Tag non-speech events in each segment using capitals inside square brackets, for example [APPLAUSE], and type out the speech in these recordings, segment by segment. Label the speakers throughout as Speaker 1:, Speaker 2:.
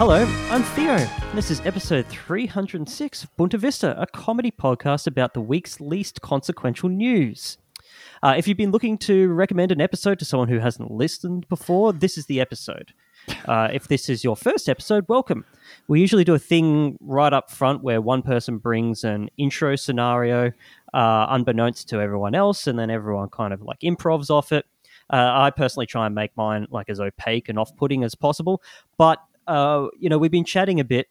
Speaker 1: I'm Theo. and This is episode 306 of Bunta Vista, a comedy podcast about the week's least consequential news. Uh, if you've been looking to recommend an episode to someone who hasn't listened before, this is the episode. Uh, if this is your first episode, welcome. We usually do a thing right up front where one person brings an intro scenario, uh, unbeknownst to everyone else, and then everyone kind of like improvs off it. Uh, I personally try and make mine like as opaque and off-putting as possible, but uh, you know we've been chatting a bit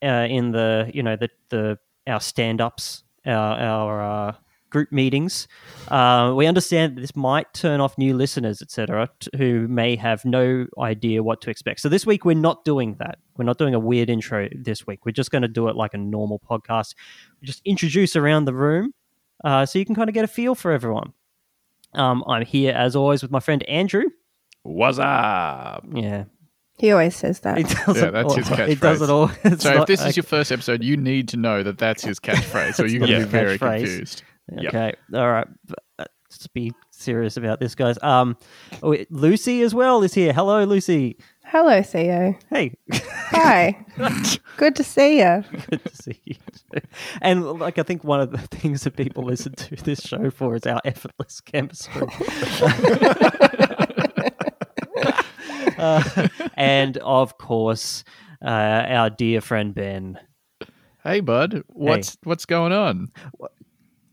Speaker 1: uh, in the you know the the our stand-ups, our, our uh, group meetings. Uh, we understand that this might turn off new listeners, etc., t- who may have no idea what to expect. So this week we're not doing that. We're not doing a weird intro this week. We're just going to do it like a normal podcast. We just introduce around the room, uh, so you can kind of get a feel for everyone. Um, I'm here as always with my friend Andrew.
Speaker 2: What's up?
Speaker 1: Yeah,
Speaker 3: He always says
Speaker 1: it
Speaker 3: that.
Speaker 1: does
Speaker 2: Yeah,
Speaker 1: it.
Speaker 2: that's
Speaker 1: all, [LAUGHS]
Speaker 2: his
Speaker 1: It does
Speaker 2: catchphrase.
Speaker 1: it all. It's
Speaker 2: So, if
Speaker 1: not
Speaker 2: this
Speaker 1: like-
Speaker 2: is your first episode, you need to know that that's his catchphrase, or you're
Speaker 1: That's
Speaker 2: going to
Speaker 1: not
Speaker 2: be very
Speaker 1: his catchphrase.
Speaker 2: confused. Yep.
Speaker 1: Okay. All right. B- uh, Let's be serious about this, guys. Um, oh, it- Lucy as well is here. Hello, Lucy.
Speaker 3: Hello, Theo.
Speaker 1: Hey, [LAUGHS]
Speaker 3: Hi. Good to see you.
Speaker 1: good to see you. And like, I think one of the [LAUGHS] things that people listen to this show for is our effortless [LAUGHS] chemistry. Uh, and of course, uh, our dear friend Ben.
Speaker 2: Hey, bud, what's what's going on?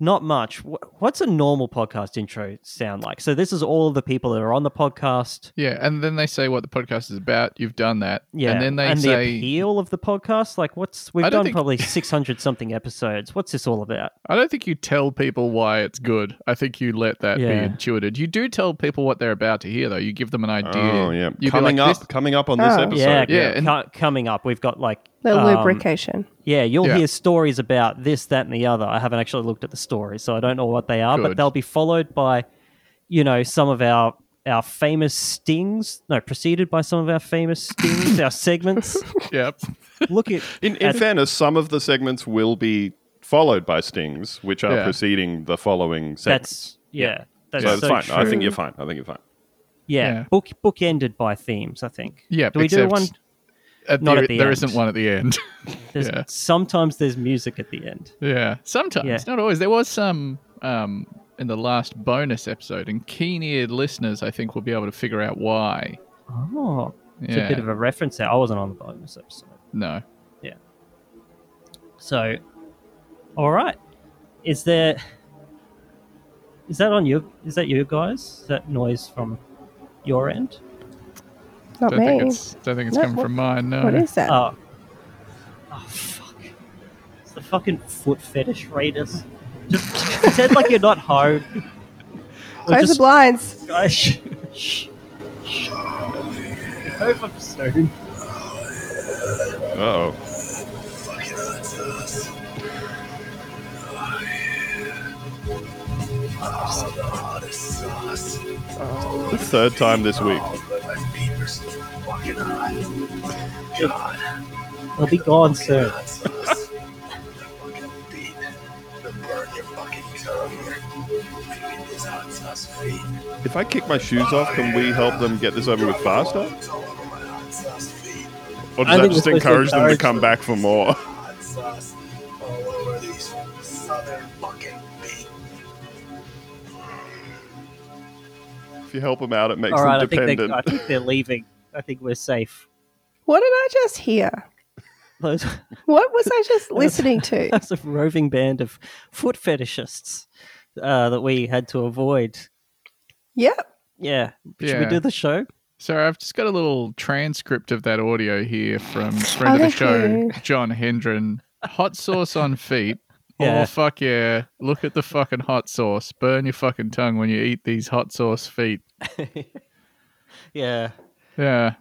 Speaker 1: not much. Wh- What's a normal podcast intro sound like? So this is all of the people that are on the podcast.
Speaker 2: Yeah, and then they say what the podcast is about. You've done that,
Speaker 1: Yeah,
Speaker 2: and then they
Speaker 1: and the
Speaker 2: say,
Speaker 1: appeal of the podcast. Like, what's we've
Speaker 2: I don't
Speaker 1: done
Speaker 2: think- [LAUGHS]
Speaker 1: probably six hundred something episodes. What's this all about?
Speaker 2: I don't think you tell people why it's good. I think you let that
Speaker 1: Yeah.
Speaker 2: be intuited. You do tell people what they're about to hear, though. You give them an idea.
Speaker 4: Oh yeah,
Speaker 2: You'd be
Speaker 4: coming
Speaker 2: like,
Speaker 4: up,
Speaker 2: this-
Speaker 4: coming up on this
Speaker 3: Oh.
Speaker 4: episode.
Speaker 1: yeah,
Speaker 2: yeah, and-
Speaker 1: co- coming up, we've got like
Speaker 3: The
Speaker 1: um,
Speaker 3: lubrication.
Speaker 1: Yeah, you'll
Speaker 2: Yeah.
Speaker 1: hear stories about this, that, and the other. I haven't actually looked at the stories, so I don't know what they are, but
Speaker 2: Good.
Speaker 1: they'll be followed by, you know, some of our our famous stings. No, preceded by some of our famous stings, our
Speaker 2: [LAUGHS]
Speaker 1: segments. [LAUGHS]
Speaker 2: Yep.
Speaker 1: Look at
Speaker 4: In, in
Speaker 1: at-
Speaker 4: fairness, some of the segments will be followed by stings, which are
Speaker 2: Yeah.
Speaker 4: preceding the following segments.
Speaker 1: that's yeah, that's
Speaker 4: so
Speaker 1: so,
Speaker 4: it's fine.
Speaker 1: true.
Speaker 4: I think you're fine. I think you're fine.
Speaker 1: yeah,
Speaker 2: Yeah.
Speaker 1: book bookended by themes. I think.
Speaker 2: Yeah,
Speaker 1: do we do
Speaker 2: except
Speaker 1: one?
Speaker 2: At
Speaker 1: Not
Speaker 2: the,
Speaker 1: at the
Speaker 2: there
Speaker 1: end.
Speaker 2: not one at the end. [LAUGHS]
Speaker 1: There's,
Speaker 2: yeah.
Speaker 1: Sometimes there's music at the end.
Speaker 2: Yeah, sometimes,
Speaker 1: Yeah.
Speaker 2: not always. There was some um, in the last bonus episode, and keen-eared listeners, I think, will be able to figure out why.
Speaker 1: Oh, it's a
Speaker 2: Yeah.
Speaker 1: bit of a reference there. I wasn't on the bonus episode,
Speaker 2: No,
Speaker 1: so all right. Is there? Is that on you? Is that you guys? Is that noise from your end?
Speaker 3: Not
Speaker 2: don't think
Speaker 3: me.
Speaker 2: it's uh, don't think it's
Speaker 3: No,
Speaker 2: coming
Speaker 3: what-
Speaker 2: from mine. No,
Speaker 3: What is that?
Speaker 1: Oh, oh fuck! It's the fucking foot fetish raiders. Just pretend like you're not home. Or
Speaker 3: [LAUGHS] Close
Speaker 1: just-
Speaker 3: the blinds.
Speaker 1: Guys, shh, shh, shh. Over soon.
Speaker 4: Uh oh. The third time this week.
Speaker 1: They'll be gone soon.
Speaker 4: If I kick my shoes off, can we help them get this over with faster? Or
Speaker 1: I
Speaker 4: does that
Speaker 1: think
Speaker 4: just
Speaker 1: we're supposed to
Speaker 4: encourage them to
Speaker 1: encourage
Speaker 4: come back for more? [LAUGHS] If you help them out, it makes
Speaker 1: All right, I
Speaker 4: them
Speaker 1: think,
Speaker 4: dependent.
Speaker 1: they, I think they're leaving. I think we're safe. [LAUGHS]
Speaker 3: What did I just hear?
Speaker 1: Those,
Speaker 3: What was I just
Speaker 1: [LAUGHS]
Speaker 3: listening to?
Speaker 1: that's a roving band of foot fetishists uh, that we had to avoid.
Speaker 3: Yep.
Speaker 1: Yeah. Should we
Speaker 2: Yeah.
Speaker 1: do the show?
Speaker 2: So I've just got a little transcript of that audio
Speaker 1: [GASPS]
Speaker 2: here from friend of the
Speaker 1: Oh,
Speaker 3: thank
Speaker 2: show,
Speaker 3: you.
Speaker 2: John Hendren. Hot sauce on feet.
Speaker 1: [LAUGHS] Yeah.
Speaker 2: Oh fuck yeah! Look at the fucking hot sauce. Burn your fucking tongue when you eat these hot sauce feet.
Speaker 1: Yeah.
Speaker 2: Yeah.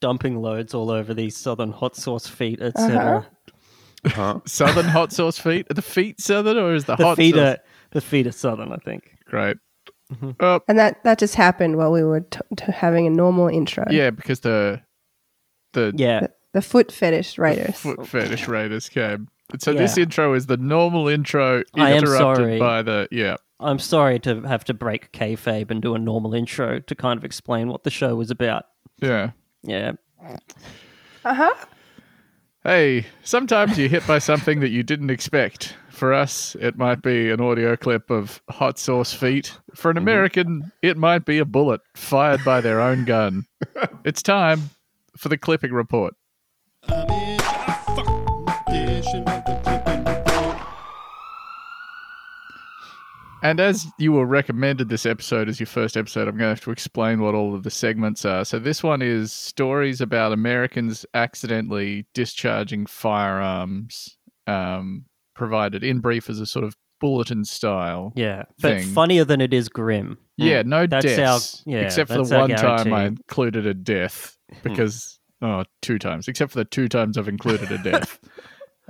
Speaker 1: Dumping loads all over these southern hot sauce feet, etc.
Speaker 4: Huh?
Speaker 2: Southern hot sauce feet? Are the feet southern or is the,
Speaker 1: The
Speaker 2: hot
Speaker 1: feet
Speaker 2: sauce?
Speaker 1: are Mm-hmm. the feet are southern, I think.
Speaker 2: Great. Oh,
Speaker 3: And that, that just happened while we were t- t- having a normal intro.
Speaker 2: yeah, because the the
Speaker 1: Yeah.
Speaker 3: The foot fetish raiders.
Speaker 2: foot fetish raiders came. So this
Speaker 1: Oh. Yeah.
Speaker 2: intro is the normal intro
Speaker 1: I am
Speaker 2: interrupted
Speaker 1: sorry.
Speaker 2: by the yeah.
Speaker 1: I'm sorry to have to break kayfabe and do a normal intro to kind of explain what the show was about.
Speaker 2: Yeah.
Speaker 1: Yeah.
Speaker 3: Uh huh.
Speaker 2: Hey, sometimes you're hit by something that you didn't expect. For us, it might be an audio clip of hot sauce feet. For an
Speaker 1: Mm-hmm.
Speaker 2: American, it might be a bullet fired by their own gun. It's time for the clipping report. And as you were recommended this episode as your first episode, I'm going to have to explain what all of the segments are. So, this one is stories about Americans accidentally discharging firearms, um, provided in brief as a sort of bulletin style.
Speaker 1: Yeah, but
Speaker 2: Thing.
Speaker 1: funnier than it is grim.
Speaker 2: Yeah, no
Speaker 1: That's our-
Speaker 2: deaths.
Speaker 1: yeah,
Speaker 2: except for the
Speaker 1: that's our
Speaker 2: one time I
Speaker 1: guarantee. Hmm.
Speaker 2: included a death because oh, two times. Except for the two times I've included
Speaker 1: [LAUGHS]
Speaker 2: a death.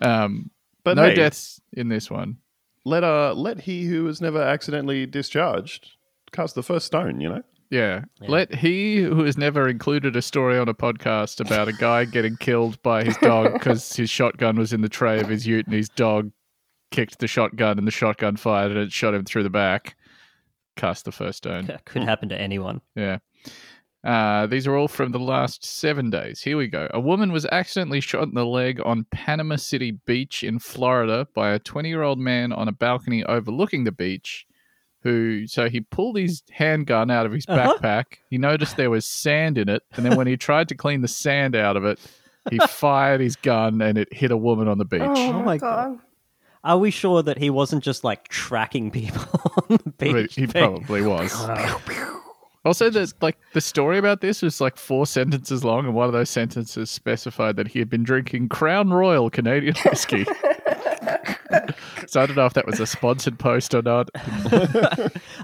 Speaker 2: um,
Speaker 4: But
Speaker 2: no
Speaker 4: hey,
Speaker 2: deaths in this one.
Speaker 4: Let uh, let he who is never accidentally discharged cast the first stone. You know.
Speaker 2: Yeah.
Speaker 1: Yeah.
Speaker 2: Let he who has never included a story on a podcast about
Speaker 1: [LAUGHS]
Speaker 2: a guy getting killed by his dog because his shotgun was in the tray of his ute and his dog kicked the shotgun and the shotgun fired and it shot him through the back. Cast the first stone.
Speaker 1: That could happen to anyone.
Speaker 2: Yeah. Uh, these are all from the last seven days. Here we go. A woman was accidentally shot in the leg on Panama City Beach in Florida by a 20 year old man on a balcony overlooking the beach. Who, so he pulled his handgun out of his
Speaker 1: Uh-huh.
Speaker 2: backpack. He noticed there was sand in it. And then when he tried to clean the sand out of it, he fired his gun and it hit a woman on the beach.
Speaker 3: Oh, my
Speaker 1: my
Speaker 3: god.
Speaker 1: Are we sure that he wasn't just like tracking [LAUGHS] people on the
Speaker 2: I mean,
Speaker 1: beach?
Speaker 2: he probably was. Also, the like the story about this was like four sentences long, and one of those sentences specified that he had been drinking Crown Royal Canadian
Speaker 3: [LAUGHS]
Speaker 2: whiskey. [LAUGHS] so I don't know if that was a sponsored post or not.
Speaker 1: [LAUGHS]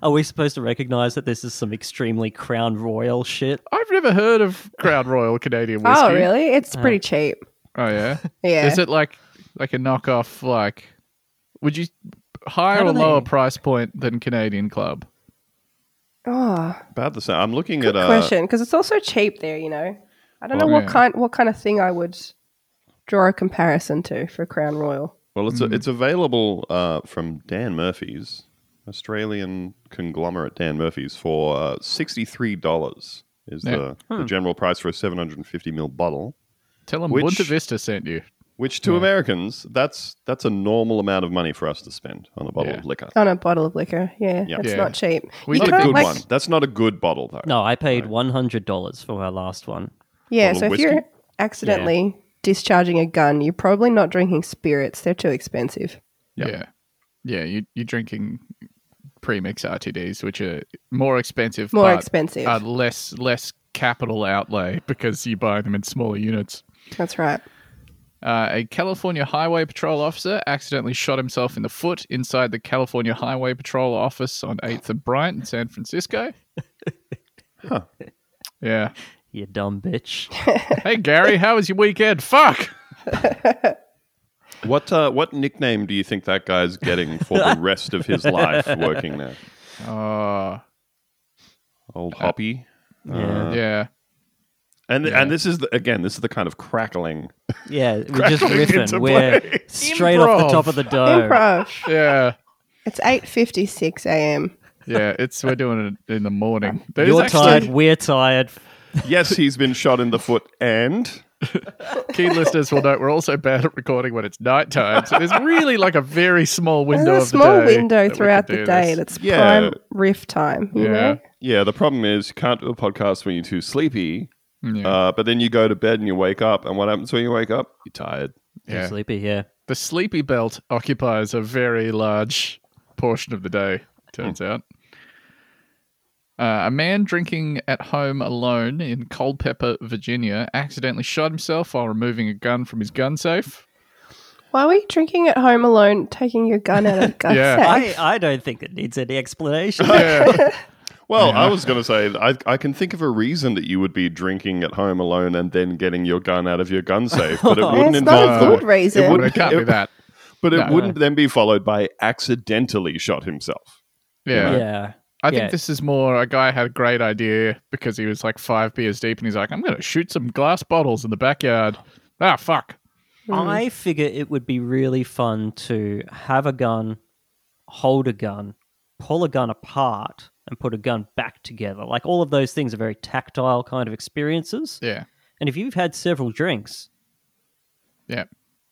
Speaker 1: Are we supposed to recognize that this is some extremely crown royal shit?
Speaker 2: I've never heard of Crown Royal Canadian whiskey.
Speaker 3: Oh, really? It's pretty cheap.
Speaker 2: Oh yeah.
Speaker 3: [LAUGHS] Yeah.
Speaker 2: Is it like like a knockoff? Like, would you higher
Speaker 1: How do
Speaker 2: or lower
Speaker 1: they-
Speaker 2: price point than Canadian Club?
Speaker 3: oh,
Speaker 4: About the same. I'm looking
Speaker 3: good
Speaker 4: at uh,
Speaker 3: question. Because it's also cheap there, you know. I don't know
Speaker 2: Well,
Speaker 3: what
Speaker 2: yeah.
Speaker 3: kind what kind of thing I would draw a comparison to for Crown Royal.
Speaker 4: Well, it's
Speaker 2: Mm.
Speaker 4: it's available uh, from Dan Murphy's Australian conglomerate Dan Murphy's for uh, sixty three dollars is
Speaker 2: Yeah.
Speaker 4: the, the general price for a seven hundred and fifty ml bottle.
Speaker 2: Tell them
Speaker 4: Which-
Speaker 2: Bunta Vista sent you.
Speaker 4: Which to Americans, that's that's a normal amount of money for us to spend on a bottle
Speaker 2: Yeah.
Speaker 4: of liquor.
Speaker 3: On a bottle of liquor. Yeah.
Speaker 4: Yeah.
Speaker 3: It's
Speaker 2: Yeah.
Speaker 3: not cheap.
Speaker 2: We
Speaker 4: Not
Speaker 2: did
Speaker 4: a
Speaker 2: can't,
Speaker 4: good
Speaker 2: like-
Speaker 4: one. That's not a good bottle though.
Speaker 1: No, I paid one hundred dollars for our last one.
Speaker 3: Yeah,
Speaker 4: bottle
Speaker 3: so
Speaker 4: of
Speaker 3: if
Speaker 4: whiskey?
Speaker 3: you're accidentally discharging a gun, you're probably not drinking spirits. They're too expensive.
Speaker 2: Yeah. Yeah, you you're drinking premix RTDs, which are more expensive,
Speaker 3: More
Speaker 2: but
Speaker 3: expensive.
Speaker 2: are uh, less less capital outlay because you buy them in smaller units.
Speaker 3: That's right.
Speaker 2: Uh, a California Highway Patrol officer accidentally shot himself in the foot inside the California Highway Patrol office on 8th and Bryant in San Francisco. Yeah.
Speaker 1: You dumb bitch.
Speaker 2: Hey, Gary, how was your weekend? Fuck!
Speaker 4: What uh, what nickname do you think that guy's getting for
Speaker 2: [LAUGHS]
Speaker 4: the rest of his life working there?
Speaker 2: Oh, Uh,
Speaker 4: Old Hoppy.
Speaker 1: Yeah,
Speaker 2: yeah.
Speaker 4: And and this is the, again this is the kind of crackling
Speaker 1: yeah. We're just
Speaker 4: Crackling
Speaker 1: riffing.
Speaker 4: into
Speaker 1: We're
Speaker 4: play.
Speaker 1: straight off the
Speaker 2: Improv.
Speaker 1: top of the dome.
Speaker 3: Improv.
Speaker 2: Yeah.
Speaker 3: It's eight fifty six a.m.
Speaker 2: Yeah, it's we're doing it in the morning. There's
Speaker 1: You're
Speaker 2: actually-
Speaker 1: tired. We're tired.
Speaker 4: yes, he's been shot in the foot and
Speaker 2: Keen listeners will note we're also bad at recording when it's nighttime. So there's really like a very small window
Speaker 3: There's
Speaker 2: of
Speaker 3: a
Speaker 2: the
Speaker 3: small
Speaker 2: day that
Speaker 3: window
Speaker 2: we can
Speaker 3: throughout
Speaker 2: do
Speaker 3: the day, and
Speaker 2: this.
Speaker 3: it's
Speaker 4: Yeah.
Speaker 3: prime riff time. You
Speaker 2: Yeah.
Speaker 3: know?
Speaker 4: Yeah, the problem is you can't do a podcast when you're too sleepy.
Speaker 2: Mm, Yeah.
Speaker 4: Uh, but then you go to bed and you wake up, and what happens when you wake up? You're tired.
Speaker 1: Too
Speaker 2: Yeah.
Speaker 1: sleepy. Yeah.
Speaker 2: The sleepy belt occupies a very large portion of the day, turns out. Uh, a man drinking at home alone in Culpeper, Virginia, accidentally shot himself while removing a gun from his gun safe.
Speaker 3: Why were you drinking at home alone, taking your gun out
Speaker 2: [LAUGHS]
Speaker 3: of gun
Speaker 2: Yeah.
Speaker 3: safe?
Speaker 1: I, I don't think it needs any explanation.
Speaker 2: [LAUGHS] Yeah.
Speaker 4: Well, I was going to say, I, I can think of a reason that you would be drinking at home alone and then getting your gun out of your gun safe, but it wouldn't
Speaker 3: it's not a
Speaker 4: involve
Speaker 3: good
Speaker 4: the,
Speaker 3: reason.
Speaker 2: but it can't be that.
Speaker 4: but it
Speaker 2: No.
Speaker 4: wouldn't then be followed by accidentally shot himself.
Speaker 2: Yeah.
Speaker 1: yeah.
Speaker 2: I think
Speaker 1: Yeah.
Speaker 2: this is more a guy had a great idea because he was like five beers deep and he's like, I'm going to shoot some glass bottles in the backyard. Ah, fuck.
Speaker 1: I figure it would be really fun to have a gun, hold a gun, pull a gun apart, and put a gun back together. Like all of those things are very tactile kind of experiences.
Speaker 2: Yeah.
Speaker 1: And if you've had several drinks,
Speaker 2: Yeah.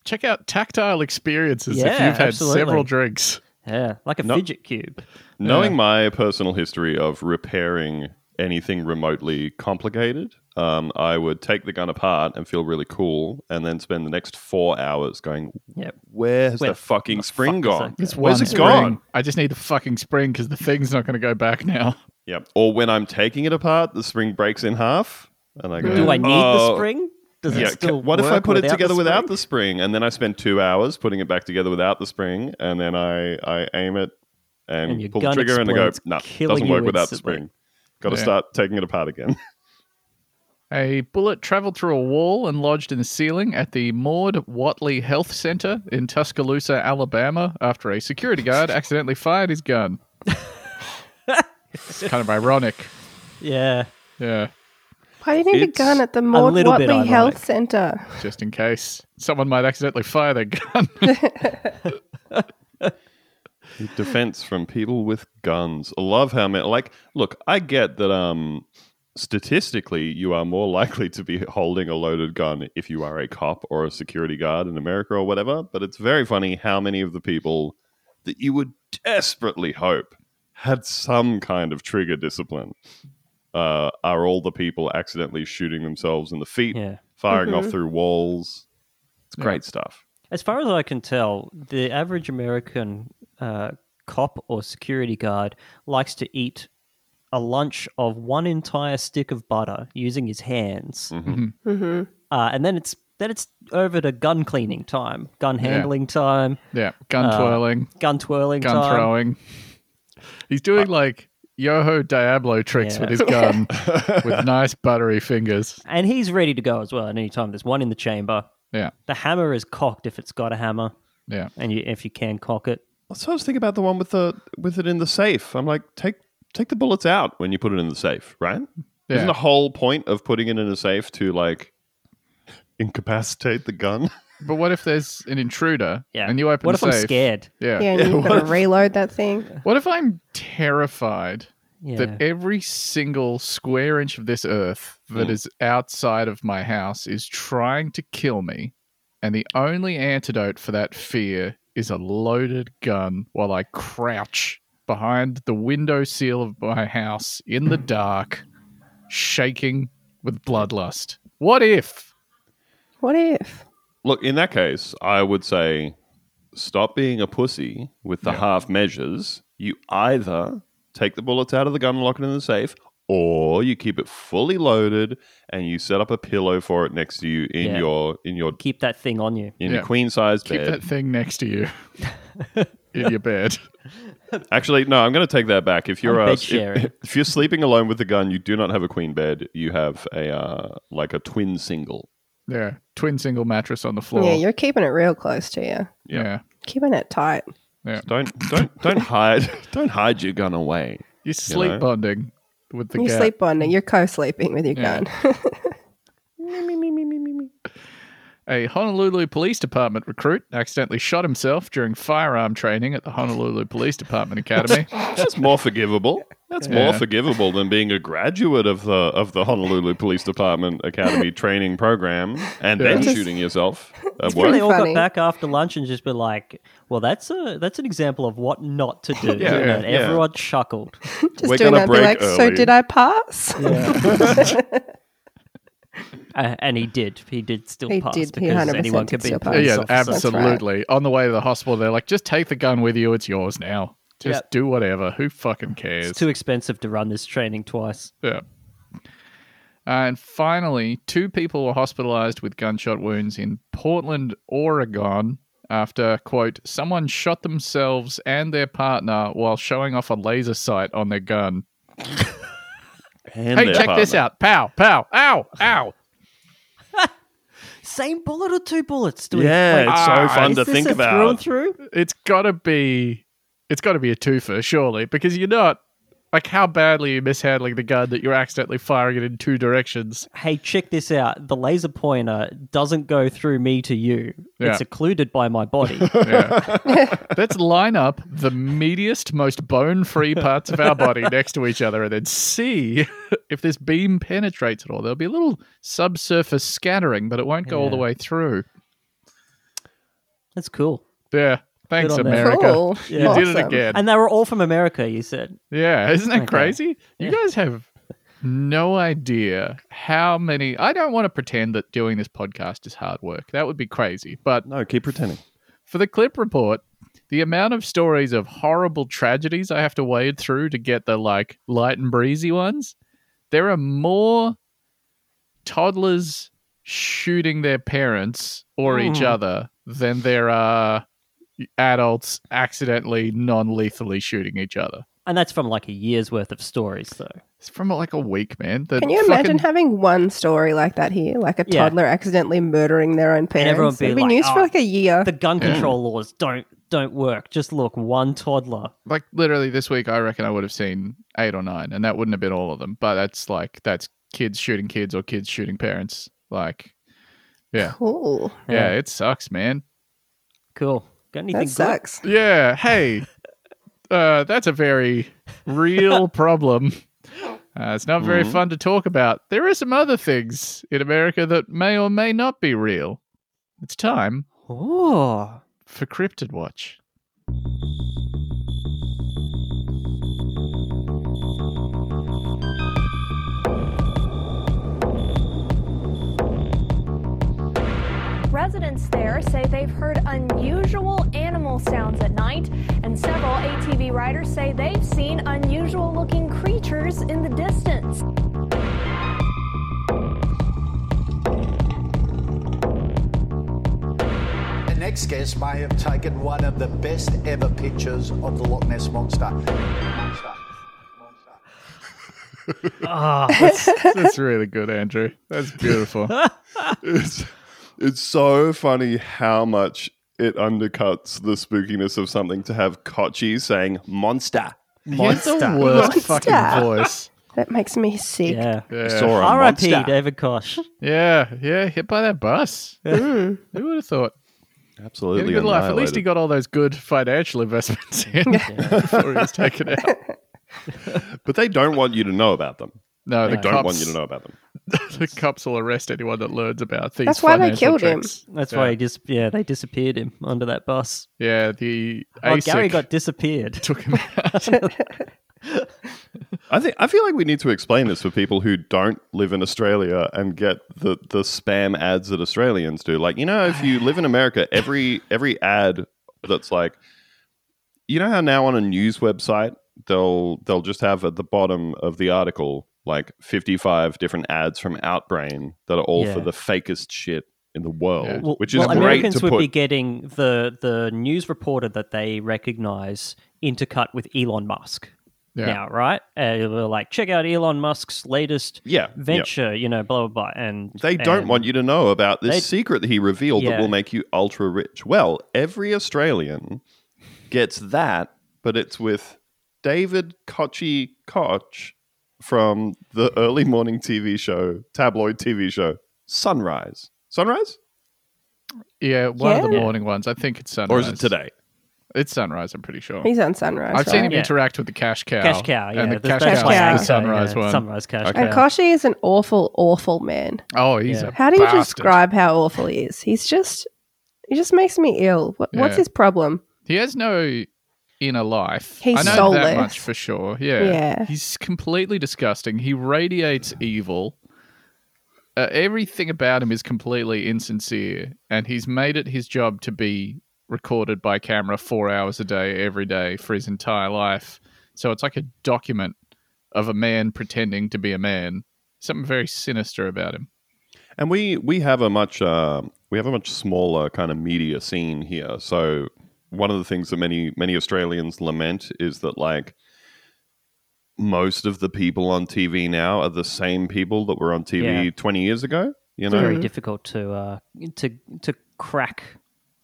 Speaker 2: Check out tactile experiences if
Speaker 1: Yeah,
Speaker 2: you've had
Speaker 1: absolutely.
Speaker 2: several drinks.
Speaker 1: Yeah, like a
Speaker 4: Nope.
Speaker 1: fidget cube.
Speaker 4: Knowing my personal history of repairing anything remotely complicated, um, I would take the gun apart and feel really cool, and then spend the next four hours going,
Speaker 1: Yep.
Speaker 4: "Where has
Speaker 1: Where
Speaker 4: the
Speaker 1: the
Speaker 4: fucking
Speaker 1: fuck
Speaker 4: spring
Speaker 1: is that
Speaker 4: gone?
Speaker 1: gun?
Speaker 2: It's
Speaker 4: Where's
Speaker 2: one
Speaker 4: it
Speaker 2: spring.
Speaker 4: gone?"
Speaker 2: I just need the fucking spring because the thing's not going to go back now.
Speaker 4: Yep. Or when I'm taking it apart, the spring breaks in half, and I go,
Speaker 1: Do I need the
Speaker 4: "Oh,
Speaker 1: spring? Does
Speaker 4: Yeah,
Speaker 1: it still
Speaker 4: ca- what if I
Speaker 1: work
Speaker 4: put it
Speaker 1: without
Speaker 4: together
Speaker 1: the
Speaker 4: without
Speaker 1: spring?
Speaker 4: the spring, and then I spend two hours putting it back together without the spring, and then I, I aim it and,
Speaker 1: And your
Speaker 4: pull the
Speaker 1: gun
Speaker 4: trigger and I go,
Speaker 1: explodes,
Speaker 4: no,
Speaker 1: killing
Speaker 4: doesn't
Speaker 1: you
Speaker 4: work without the
Speaker 1: instantly."
Speaker 4: spring. Got to
Speaker 2: Yeah.
Speaker 4: start taking it apart again.
Speaker 2: A bullet traveled through a wall and lodged in the ceiling at the Maud Watley Health Center in Tuscaloosa, Alabama, after a security guard accidentally fired
Speaker 1: [LAUGHS]
Speaker 2: his gun. it's kind of ironic.
Speaker 1: Yeah.
Speaker 2: Yeah,
Speaker 3: Why do you need
Speaker 4: It's
Speaker 3: a gun at the
Speaker 1: a
Speaker 3: Maud
Speaker 1: little bit
Speaker 3: Watley
Speaker 1: ironic.
Speaker 3: Health Centre?
Speaker 2: just in case someone might accidentally fire their gun. [LAUGHS]
Speaker 4: defense from people with guns. I love how many. Like, look, I get that. Um, statistically, you are more [LAUGHS] likely to be holding a loaded gun if you are a cop or a security guard in America or whatever. But it's very funny how many of the people that you would desperately hope had some kind of trigger discipline uh, are all the people accidentally shooting themselves in the feet,
Speaker 1: Yeah.
Speaker 4: firing off through walls. It's
Speaker 2: Yeah.
Speaker 4: great stuff.
Speaker 1: As far as I can tell, the average American uh, cop or security guard likes to eat a lunch of one entire stick of butter using his hands,
Speaker 2: Mm.
Speaker 3: Mm-hmm.
Speaker 1: uh, and then it's then it's over to gun cleaning time, gun handling time,
Speaker 2: yeah, gun twirling,
Speaker 1: gun twirling
Speaker 2: gun
Speaker 1: Uh, time. Uh,
Speaker 2: throwing. He's doing like Yoho Diablo tricks
Speaker 1: Yeah.
Speaker 2: with
Speaker 1: [LAUGHS]
Speaker 2: his gun with nice buttery fingers.
Speaker 1: And he's ready to go as well. At any time, there's one in the chamber.
Speaker 2: Yeah,
Speaker 1: The hammer is cocked if it's got a hammer,
Speaker 2: yeah.
Speaker 1: and you, if you can cock it.
Speaker 4: So I was thinking about the one with the with it in the safe. I'm like, take take the bullets out when you put it in the safe, right?
Speaker 2: Yeah.
Speaker 4: Isn't the whole point of putting it in a safe to like incapacitate the gun? [LAUGHS]
Speaker 2: But what if there's an intruder
Speaker 1: Yeah.
Speaker 2: and you open
Speaker 1: what
Speaker 2: the
Speaker 1: if I'm
Speaker 2: safe?
Speaker 1: scared?
Speaker 2: Yeah.
Speaker 3: Yeah, and you've got to reload that thing.
Speaker 2: What if I'm terrified
Speaker 1: Yeah.
Speaker 2: that every single square inch of this earth that
Speaker 4: Hmm.
Speaker 2: is outside of my house is trying to kill me, and the only antidote for that fear is a loaded gun while I crouch behind the window seal of my house in
Speaker 4: [CLEARS THROAT]
Speaker 2: the dark, shaking with bloodlust? What if?
Speaker 3: What if?
Speaker 4: Look, in that case, I would say stop being a pussy with the half measures. You either take the bullets out of the gun and lock it in the safe, or you keep it fully loaded and you set up a pillow for it next to you in
Speaker 1: Yeah.
Speaker 4: your in your
Speaker 1: Keep that thing on you.
Speaker 4: in your
Speaker 2: Yeah.
Speaker 4: queen size
Speaker 2: Keep
Speaker 4: bed.
Speaker 2: that thing next
Speaker 4: [LAUGHS]
Speaker 2: to you in your bed.
Speaker 4: Actually, no, I'm going to take that back. If you're
Speaker 1: I'm
Speaker 4: uh,
Speaker 1: bed
Speaker 4: if,
Speaker 1: sharing.
Speaker 4: [LAUGHS] if you're sleeping alone with a gun, you do not have a queen bed. You have a uh, like a twin single.
Speaker 2: Yeah, twin single mattress on the floor.
Speaker 3: Yeah, you're keeping it real close to you.
Speaker 2: yeah.
Speaker 3: Keeping it tight.
Speaker 4: Don't don't [LAUGHS] don't hide don't hide your gun away.
Speaker 2: You're sleep
Speaker 4: know?
Speaker 2: bonding with the
Speaker 3: You're
Speaker 2: gap.
Speaker 3: sleep bonding. You're co-sleeping with your
Speaker 2: Yeah.
Speaker 3: gun. [LAUGHS]
Speaker 2: A Honolulu Police Department recruit accidentally shot himself during firearm training at the Honolulu Police Department Academy.
Speaker 4: [LAUGHS] That's more forgivable. That's more
Speaker 2: Yeah.
Speaker 4: forgivable than being a graduate of the of the Honolulu Police Department [LAUGHS] Academy training program and
Speaker 2: Yeah.
Speaker 4: then
Speaker 3: Just-
Speaker 4: shooting yourself at
Speaker 1: Well,
Speaker 4: work.
Speaker 1: they all got
Speaker 3: funny.
Speaker 1: back after lunch and just were like, "Well, that's a that's an example of what not to do."
Speaker 4: [LAUGHS] Yeah,
Speaker 1: and
Speaker 2: yeah.
Speaker 1: everyone chuckled.
Speaker 3: Just
Speaker 4: We're
Speaker 3: doing
Speaker 4: gonna
Speaker 3: that. Be
Speaker 4: break
Speaker 3: like, so
Speaker 4: early."
Speaker 3: did I pass? [LAUGHS]
Speaker 1: Uh, and he did. He did still
Speaker 3: He
Speaker 1: pass
Speaker 3: did. He
Speaker 1: because
Speaker 3: 100%
Speaker 1: anyone can
Speaker 3: did
Speaker 1: be a
Speaker 3: still pass.
Speaker 1: police
Speaker 2: yeah,
Speaker 1: officer.
Speaker 2: absolutely. On the way to the hospital, they're like, just take the gun with you. It's yours now. Just
Speaker 1: Yep.
Speaker 2: do whatever. Who fucking cares?
Speaker 1: It's too expensive to run this training twice.
Speaker 2: Yeah. Uh, and finally, two people were hospitalized with gunshot wounds in Portland, Oregon, after, quote, someone shot themselves and their partner while showing off a laser sight on their gun.
Speaker 4: And
Speaker 2: hey,
Speaker 4: their
Speaker 2: check this
Speaker 4: partner.
Speaker 2: out. Pow, pow, ow, ow.
Speaker 1: Same bullet or two bullets? Do we-
Speaker 4: Yeah,
Speaker 1: wait,
Speaker 4: it's
Speaker 2: Ah,
Speaker 4: so fun
Speaker 1: is
Speaker 4: to
Speaker 1: this
Speaker 4: think
Speaker 1: a through and
Speaker 4: about.
Speaker 1: through?
Speaker 2: It's got to be it's got to be a twofer, surely, because you're not like how badly are you mishandling the gun that you're accidentally firing it in two directions.
Speaker 1: Hey, check this out. The laser pointer doesn't go through me to you.
Speaker 2: Yeah.
Speaker 1: It's occluded by my
Speaker 4: [LAUGHS]
Speaker 1: body.
Speaker 2: Yeah.
Speaker 1: [LAUGHS]
Speaker 2: Let's line up the meatiest, most bone free parts of
Speaker 1: [LAUGHS]
Speaker 2: our body next to each other and then see [LAUGHS] if this beam penetrates at all. There'll be a little subsurface scattering, but it won't go all the
Speaker 1: Yeah.
Speaker 2: way through.
Speaker 1: That's cool.
Speaker 2: Yeah. Thanks,
Speaker 1: on them.
Speaker 2: America.
Speaker 3: Cool.
Speaker 2: You
Speaker 1: Yeah.
Speaker 2: did it
Speaker 3: Awesome.
Speaker 2: again.
Speaker 1: And they were all from America, you said.
Speaker 2: Yeah, isn't that
Speaker 1: Okay.
Speaker 2: crazy?
Speaker 1: Yeah.
Speaker 2: You guys have no idea how many. I don't want to pretend that doing this podcast is hard work. That would be crazy. But
Speaker 4: No, keep pretending.
Speaker 2: for the clip report, the amount of stories of horrible tragedies I have to wade through to get the like light and breezy ones, there are more toddlers shooting their parents or each
Speaker 1: Mm.
Speaker 2: other than there are adults accidentally non-lethally shooting each other.
Speaker 1: And that's from like a year's worth of stories, though.
Speaker 2: It's from like a week, man. The
Speaker 3: Can you
Speaker 2: fucking-
Speaker 3: imagine having one story like that here, like a
Speaker 1: Yeah.
Speaker 3: toddler accidentally murdering their own parents?
Speaker 1: everyone be
Speaker 3: It'd be
Speaker 1: like,
Speaker 3: news for
Speaker 1: "Oh,
Speaker 3: like a year.
Speaker 1: [LAUGHS] The gun
Speaker 2: Yeah.
Speaker 1: control laws don't don't work. Just look, one toddler.
Speaker 2: like literally this week? I reckon I would have seen eight or nine, and that wouldn't have been all of them. But that's like that's kids shooting kids or kids shooting parents. Like, yeah.
Speaker 3: cool.
Speaker 2: yeah, it sucks, man.
Speaker 1: Cool. Got anything
Speaker 3: That
Speaker 1: good?
Speaker 3: sucks.
Speaker 2: Yeah. Hey, uh, that's a very real problem. Uh, it's not very
Speaker 4: Mhm.
Speaker 2: fun to talk about. There are some other things in America that may or may not be real. It's time
Speaker 1: Oh.
Speaker 2: for Cryptid Watch.
Speaker 5: Residents there say they've heard unusual animal sounds at night, and several ATV riders say they've seen unusual looking creatures in the distance.
Speaker 6: The next guest may have taken one of the best ever pictures of the Loch Ness Monster. Monster. Monster.
Speaker 1: Ah,
Speaker 2: That's really good, Andrew. That's beautiful.
Speaker 4: It's it's so funny how much it undercuts the spookiness of something to have Kochi saying monster.
Speaker 2: Monster.
Speaker 3: worst
Speaker 2: the worst
Speaker 3: Monster.
Speaker 2: fucking
Speaker 3: fucking
Speaker 2: voice.
Speaker 3: That makes me sick.
Speaker 1: yeah.
Speaker 2: Yeah.
Speaker 4: Saw a
Speaker 1: R.I.P.
Speaker 4: monster.
Speaker 1: David Kosh.
Speaker 2: yeah, yeah, hit by that bus.
Speaker 3: Mm.
Speaker 2: Who would have thought? He had a
Speaker 4: Absolutely.
Speaker 2: good life. At least he
Speaker 4: annihilated.
Speaker 2: got all those good financial investments in before he was taken
Speaker 3: [LAUGHS]
Speaker 2: out.
Speaker 4: But they don't want you to know about them.
Speaker 2: No, the
Speaker 4: They don't
Speaker 2: cops,
Speaker 4: want you to know about them.
Speaker 2: [LAUGHS] The cops will arrest anyone that learns about these.
Speaker 3: That's why they
Speaker 2: financial
Speaker 3: killed him.
Speaker 2: tricks.
Speaker 1: That's
Speaker 2: Yeah.
Speaker 1: why he just yeah they disappeared him under that bus.
Speaker 2: Yeah, the
Speaker 1: Oh,
Speaker 2: ASIC
Speaker 1: Gary got disappeared.
Speaker 2: [LAUGHS] took him out.
Speaker 4: I think I feel like we need to explain this for people who don't live in Australia and get the the spam ads that Australians do. Like, you know, if you live in America, every every ad that's like you know how now on a news website they'll they'll just have at the bottom of the article like 55 different ads from Outbrain that are all for
Speaker 1: Yeah.
Speaker 4: the fakest shit in the world,
Speaker 2: Yeah.
Speaker 1: Well,
Speaker 4: which is
Speaker 1: well,
Speaker 4: great
Speaker 1: Americans
Speaker 4: to
Speaker 1: would
Speaker 4: put
Speaker 1: be getting the the news reporter that they recognize intercut with Elon Musk
Speaker 2: Yeah.
Speaker 1: now, right? Uh, they were like, check out Elon Musk's latest
Speaker 4: yeah, yeah.
Speaker 1: venture, you know, blah blah blah. And
Speaker 4: They don't
Speaker 1: and-
Speaker 4: want you to know about this
Speaker 1: They-
Speaker 4: secret that he revealed
Speaker 1: Yeah.
Speaker 4: that will make you ultra rich. Well, every Australian gets that, but it's with David Kochi Koch from the early morning TV show, tabloid TV show, Sunrise. Sunrise?
Speaker 2: Yeah, one of the
Speaker 1: Yeah.
Speaker 2: morning ones. I think it's sunrise.
Speaker 4: Or is it today?
Speaker 2: It's sunrise. I'm pretty sure.
Speaker 3: He's on Sunrise.
Speaker 2: I've seen
Speaker 3: right?
Speaker 2: him
Speaker 1: Yeah.
Speaker 2: interact with the cash cow.
Speaker 1: Cash cow, yeah.
Speaker 2: and the
Speaker 1: that-
Speaker 2: cash
Speaker 1: that's
Speaker 2: cow
Speaker 1: why I
Speaker 2: is
Speaker 1: say,
Speaker 2: the sunrise
Speaker 1: yeah,
Speaker 2: one.
Speaker 1: Sunrise cash
Speaker 4: Okay.
Speaker 1: cow.
Speaker 3: And Koshi is an awful, awful man.
Speaker 2: Oh, he's
Speaker 1: Yeah.
Speaker 2: a
Speaker 3: How do you
Speaker 2: bastard.
Speaker 3: describe how awful he is? He's just, he just makes me ill. What,
Speaker 2: Yeah.
Speaker 3: What's his problem?
Speaker 2: He has no inner life.
Speaker 3: He's
Speaker 2: I know that
Speaker 3: soulless.
Speaker 2: much for sure. Yeah.
Speaker 3: Yeah.
Speaker 2: He's completely disgusting. He radiates evil. Uh, everything about him is completely insincere, and he's made it his job to be recorded by camera four hours a day, every day, for his entire life. So it's like a document of a man pretending to be a man. Something very sinister about him.
Speaker 4: And we we have a much uh, we have a much smaller kind of media scene here. So one of the things that many many Australians lament is that like most of the people on TV now are the same people that were on TV
Speaker 1: Yeah.
Speaker 4: 20 years ago. You
Speaker 1: It's very
Speaker 2: Mm-hmm.
Speaker 4: know,
Speaker 1: difficult to uh to to crack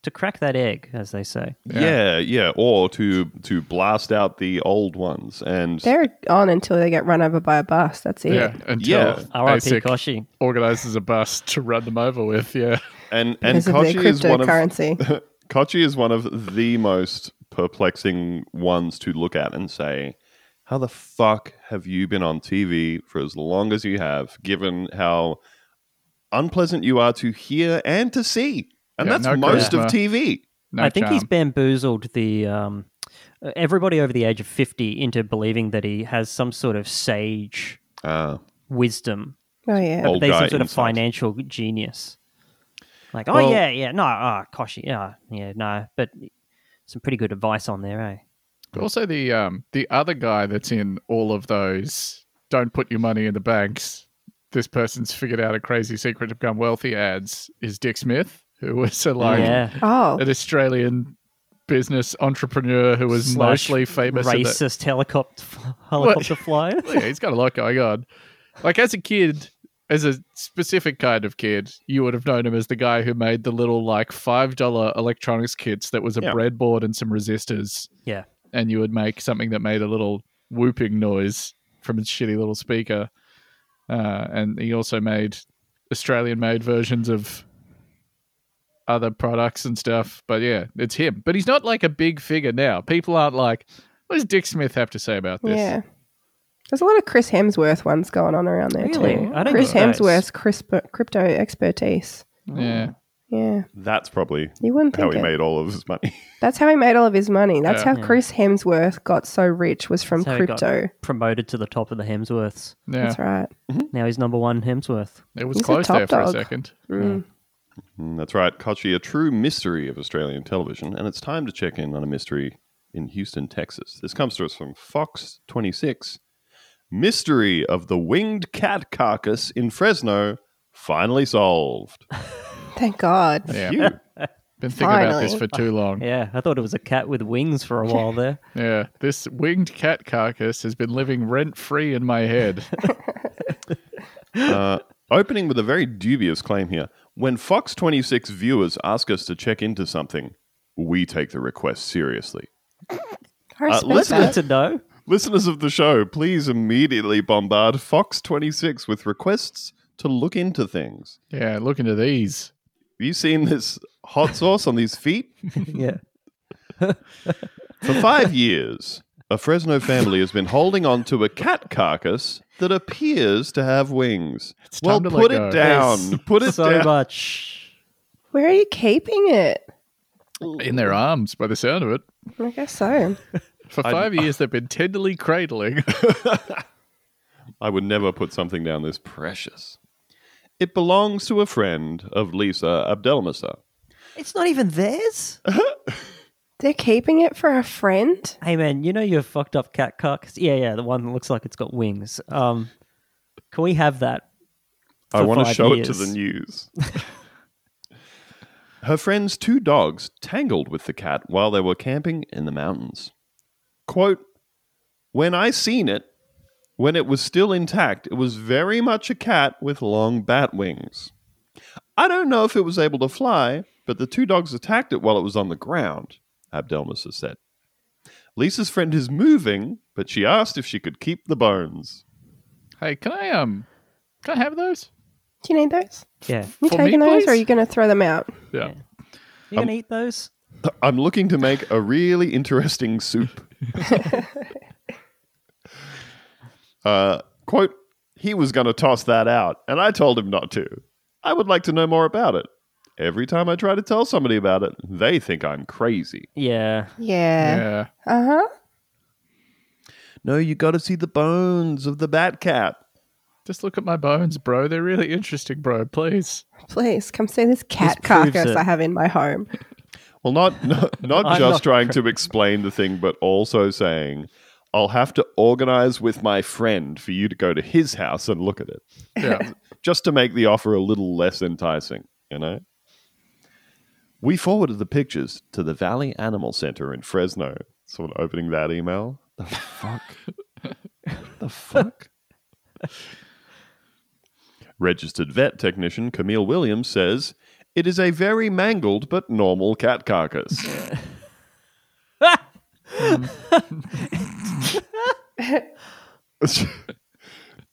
Speaker 1: to crack that egg, as they say.
Speaker 4: yeah, yeah, or to to blast out the old ones and
Speaker 3: They're on until they get run over by a bus. That's it.
Speaker 2: until
Speaker 4: Yeah.
Speaker 1: R.I.P.
Speaker 2: ASIC
Speaker 1: Koshi.
Speaker 2: organizes a bus to run them over with. Yeah,
Speaker 4: and and
Speaker 3: Because of their
Speaker 4: Kochi is one of
Speaker 3: cryptocurrency.
Speaker 4: [LAUGHS] Kochi is one of the most perplexing ones to look at and say, How the fuck have you been on TV for as long as you have, given how unpleasant you are to hear and to see? And
Speaker 2: Yeah,
Speaker 4: that's
Speaker 2: no
Speaker 4: most
Speaker 2: charisma.
Speaker 4: of TV.
Speaker 2: No
Speaker 1: I think he's
Speaker 2: charm.
Speaker 1: bamboozled the um, uh, everybody over the age of fifty into believing that he has some sort of sage
Speaker 4: Ah,
Speaker 1: wisdom.
Speaker 3: Oh yeah.
Speaker 4: Old
Speaker 1: They
Speaker 4: guy
Speaker 1: some sort of
Speaker 4: insight.
Speaker 1: financial genius. Like, oh
Speaker 2: Well-
Speaker 1: yeah, yeah, no, ah, Koshi, yeah, yeah, no, but some pretty good advice on there, eh?
Speaker 2: But also the um the other guy that's in all of those don't put your money in the banks. This person's figured out a crazy secret to become wealthy ads is Dick Smith, who was a like
Speaker 1: yeah,
Speaker 3: Oh,
Speaker 2: an Australian business entrepreneur who was
Speaker 1: Slash
Speaker 2: mostly famous in the-
Speaker 1: racist helicopter helicopter flyer.
Speaker 2: [LAUGHS] yeah, he's got a lot going on. Like as a kid, as a specific kind of kid, you would have known him as the guy who made the little like five dollar electronics kits that was a
Speaker 4: Yeah.
Speaker 2: breadboard and some resistors,
Speaker 1: yeah,
Speaker 2: and you would make something that made a little whooping noise from its shitty little speaker. Uh, and he also made Australian made versions of other products and stuff. But yeah, it's him. But he's not like a big figure now. People aren't like, what does Dick Smith have to say about this?
Speaker 3: yeah. There's a lot of Chris Hemsworth ones going on around there
Speaker 1: Really?
Speaker 3: too.
Speaker 1: I don't
Speaker 3: Chris
Speaker 1: get those.
Speaker 3: Hemsworth's crisp- crypto expertise.
Speaker 2: Yeah.
Speaker 3: Yeah,
Speaker 4: that's probably
Speaker 3: you wouldn't
Speaker 4: how
Speaker 3: think
Speaker 4: he
Speaker 3: it.
Speaker 4: made all of his money.
Speaker 3: That's how he made all of his money. That's
Speaker 2: Yeah.
Speaker 3: how Chris Hemsworth got so rich was from
Speaker 1: That's how he got
Speaker 3: crypto.
Speaker 1: promoted to the top of the Hemsworths.
Speaker 2: Yeah.
Speaker 3: That's right.
Speaker 1: Now he's number one Hemsworth.
Speaker 2: It was
Speaker 3: He's a
Speaker 2: close there
Speaker 3: top
Speaker 2: for a
Speaker 3: dog.
Speaker 2: second.
Speaker 3: Mm.
Speaker 4: Mm, That's right, Kochi, a true mystery of Australian television, and it's time to check in on a mystery in Houston, Texas. This comes to us from Fox 26. Mystery of the winged cat carcass in Fresno finally solved.
Speaker 3: Thank God.
Speaker 2: Yeah.
Speaker 4: Phew.
Speaker 2: Been thinking about this for
Speaker 3: Finally.
Speaker 2: too long.
Speaker 1: Yeah, I thought it was a cat with wings for a while there.
Speaker 2: Yeah. This winged cat carcass has been living rent free in
Speaker 3: [LAUGHS]
Speaker 2: my head.
Speaker 4: Uh, opening with a very dubious claim here. When Fox 26 viewers ask us to check into something, we take the request seriously. Uh,
Speaker 3: I respect
Speaker 4: let's
Speaker 1: Good
Speaker 3: that.
Speaker 1: to know.
Speaker 4: Listeners of the show, please immediately bombard Fox 26 with requests to look into things.
Speaker 2: yeah. Look into these.
Speaker 4: Have you seen this hot sauce on these feet?
Speaker 1: [LAUGHS] yeah.
Speaker 4: For five years, a Fresno family has been holding on to a cat carcass that appears to have wings.
Speaker 2: It's
Speaker 4: well,
Speaker 2: time to let
Speaker 4: put
Speaker 2: go.
Speaker 4: it down. Put it
Speaker 1: so
Speaker 4: down.
Speaker 1: much.
Speaker 3: Where are you keeping it?
Speaker 2: In their arms, by the sound of it.
Speaker 3: I guess so.
Speaker 1: [LAUGHS]
Speaker 2: For five years, they've been tenderly cradling.
Speaker 4: I would never put something down this precious. It belongs to a friend of Lisa Abdelmassa.
Speaker 1: It's not even theirs.
Speaker 3: They're keeping it for a friend.
Speaker 1: [LAUGHS] hey man, you know you're fucked up cat cock. Yeah, yeah, the one that looks like it's got wings. Um, can we have that?
Speaker 4: I
Speaker 1: for
Speaker 4: want to
Speaker 1: five
Speaker 4: show it to
Speaker 1: years?
Speaker 4: the news.
Speaker 1: [LAUGHS]
Speaker 4: Her friend's two dogs tangled with the cat while they were camping in the mountains. Quote When I seen it, when it was still intact, it was very much a cat with long bat wings. I don't know if it was able to fly, but the two dogs attacked it while it was on the ground, Abdelmus has said. Lisa's friend is moving, but she asked if she could keep the bones.
Speaker 2: hey, can I um, can I have those?
Speaker 3: Do you need those?
Speaker 1: Yeah,
Speaker 3: You
Speaker 2: For me,
Speaker 3: taking those, or are
Speaker 2: please?
Speaker 3: you going to throw them out?
Speaker 2: Yeah.
Speaker 1: you
Speaker 4: Um,
Speaker 1: gonna eat those?
Speaker 4: I'm looking to make a really interesting soup. uh, quote, he was going to toss that out, and I told him not to. I would like to know more about it. Every time I try to tell somebody about it, they think I'm crazy.
Speaker 1: Yeah,
Speaker 4: [LAUGHS]
Speaker 1: [LAUGHS]
Speaker 3: Yeah.
Speaker 2: Yeah.
Speaker 3: Uh huh.
Speaker 4: No, you got to see the bones of the bat cat.
Speaker 2: Just look at my bones, bro. They're really interesting, bro. Please.
Speaker 3: Please come see this cat
Speaker 1: This proves
Speaker 3: carcass
Speaker 1: it.
Speaker 3: I have in my home.
Speaker 4: Well, [LAUGHS] not not, not
Speaker 1: I'm
Speaker 4: just
Speaker 1: not
Speaker 4: trying to explain the thing, but also saying, I'll have to organize with my friend for you to go to his house and look at it.
Speaker 3: [LAUGHS]
Speaker 2: Yeah.
Speaker 4: just to make the offer a little less enticing, you know? We forwarded the pictures to the Valley Animal Center in Fresno. Someone opening that email. The fuck? the fuck? Registered vet technician Camille Williams says it is a very mangled but normal cat carcass. [LAUGHS]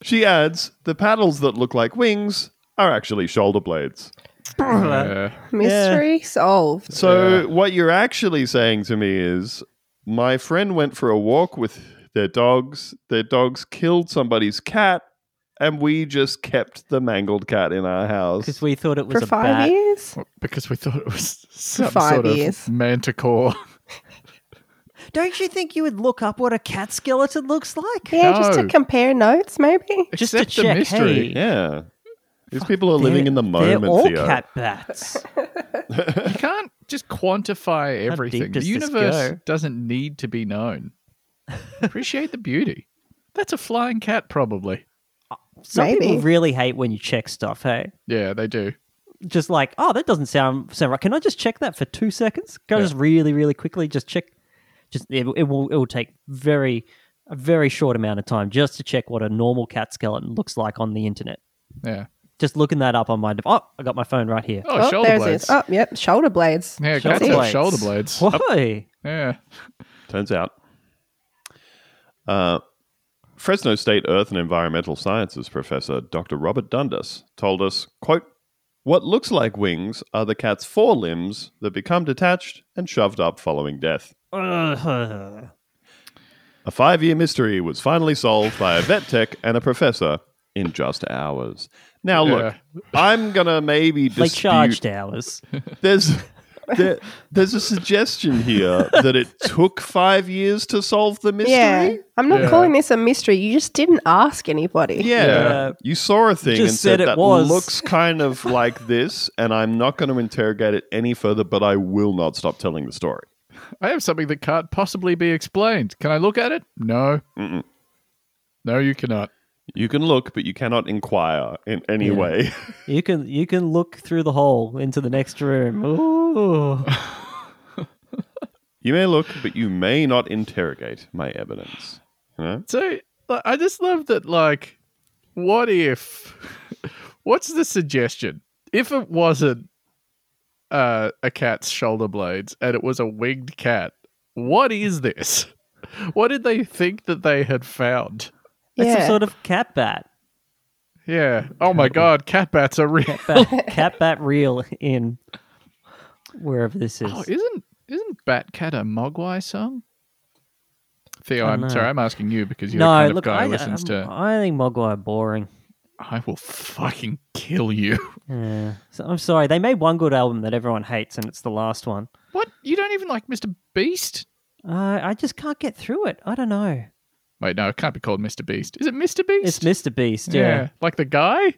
Speaker 4: she adds the paddles that look like wings are actually shoulder blades.
Speaker 2: yeah.
Speaker 3: Mystery solved.
Speaker 4: So what you're actually saying to me is my friend went for a walk with their dogs, their dogs killed somebody's cat, and we just kept the mangled cat in our house.
Speaker 1: because we thought it was
Speaker 3: for
Speaker 1: a
Speaker 3: five
Speaker 1: bat.
Speaker 3: years.
Speaker 2: because we thought it was some
Speaker 3: five
Speaker 2: sort of
Speaker 3: years.
Speaker 2: manticore.
Speaker 1: Don't you think you would look up what a cat skeleton looks like?
Speaker 3: Yeah, just to
Speaker 2: No.
Speaker 3: compare notes, maybe.
Speaker 1: [LAUGHS] Just
Speaker 2: Except
Speaker 1: to
Speaker 2: the
Speaker 1: check,
Speaker 2: mystery.
Speaker 1: hey,
Speaker 4: Yeah. These people are living
Speaker 1: they're-
Speaker 4: in the moment,
Speaker 1: They're all
Speaker 4: Theo.
Speaker 1: cat bats. [LAUGHS]
Speaker 2: You can't just quantify
Speaker 1: deep
Speaker 2: everything. The
Speaker 1: does this
Speaker 2: universe
Speaker 1: go?
Speaker 2: doesn't need to be
Speaker 1: [LAUGHS]
Speaker 2: known. Appreciate the beauty. That's a flying cat, probably.
Speaker 1: Some people
Speaker 3: Maybe.
Speaker 1: really hate when you check stuff. Hey,
Speaker 2: Yeah, they do.
Speaker 1: just like, oh, that doesn't sound sound right. Can I just check that for two seconds? Can I just really, really quickly just check? Just it, it will it will take very a very short amount of time just to check what a normal cat skeleton looks like on the internet.
Speaker 2: Yeah.
Speaker 1: Just looking that up on my dev- oh, I got my phone right here.
Speaker 2: Oh, shoulder
Speaker 3: there's
Speaker 2: blades.
Speaker 3: it. Oh, yep, shoulder blades.
Speaker 2: Yeah,
Speaker 1: Shoulder
Speaker 2: cats have
Speaker 1: blades.
Speaker 2: shoulder blades.
Speaker 1: Why?
Speaker 2: Yeah.
Speaker 4: Turns out. Uh, Fresno State Earth and Environmental Sciences professor Dr. Robert Dundas told us, quote, what looks like wings are the cat's forelimbs that become detached and shoved up following death.
Speaker 1: Ugh.
Speaker 4: A five year mystery was finally solved by a vet tech and a professor in just hours. Now, look, I'm going to
Speaker 1: [LAUGHS]
Speaker 4: maybe
Speaker 1: They
Speaker 4: dispute.
Speaker 1: charged hours.
Speaker 4: There's, there, there's a
Speaker 1: [LAUGHS]
Speaker 4: suggestion here that it took five years to solve the mystery.
Speaker 3: Yeah, I'm not
Speaker 2: Yeah.
Speaker 3: calling this a mystery. You just didn't ask anybody.
Speaker 4: Yeah.
Speaker 1: Yeah.
Speaker 4: You saw a thing
Speaker 1: Just
Speaker 4: and said,
Speaker 1: said it
Speaker 4: that
Speaker 1: was."
Speaker 4: looks kind of like this, and I'm not going to interrogate it any further, but I will not stop telling the story.
Speaker 2: I have something that can't possibly be explained. Can I look at it? No.
Speaker 4: Mm-mm.
Speaker 2: No, you cannot.
Speaker 4: You can look, but you cannot inquire in any way. [LAUGHS]
Speaker 1: You can you can look through the hole into the next room. Ooh.
Speaker 4: You may look, but you may not interrogate my evidence. You know?
Speaker 2: [LAUGHS] So like, I just love that. Like, what if? What's the suggestion? If it wasn't uh, a cat's shoulder blades and it was a winged cat, what is this? What did they think that they had found?
Speaker 1: It's some
Speaker 3: Yeah.
Speaker 1: sort of cat bat.
Speaker 2: Yeah. Oh my god, cat bats are real.
Speaker 1: Bat, cat bat reel in wherever this is.
Speaker 2: Oh, isn't isn't Bat Cat a Mogwai song? Theo,
Speaker 1: I
Speaker 2: I'm
Speaker 1: don't
Speaker 2: sorry,
Speaker 1: know.
Speaker 2: I'm asking you because you're
Speaker 1: no,
Speaker 2: the kind
Speaker 1: look,
Speaker 2: of
Speaker 1: I,
Speaker 2: guy
Speaker 1: um,
Speaker 2: who listens
Speaker 1: I'm-
Speaker 2: to.
Speaker 1: I think Mogwai are boring.
Speaker 2: I will fucking kill you. [LAUGHS]
Speaker 1: Yeah. So, I'm sorry. They made one good album that everyone hates, and it's the last one.
Speaker 2: What? You don't even like Mr. Beast?
Speaker 1: Uh, I just can't get through it. I don't know.
Speaker 2: Wait, no, it can't be called Mr. Beast. Is it Mr.
Speaker 1: It's
Speaker 2: Beast?
Speaker 1: Mr. Beast. Yeah.
Speaker 2: Like
Speaker 1: [LAUGHS]
Speaker 2: the guy?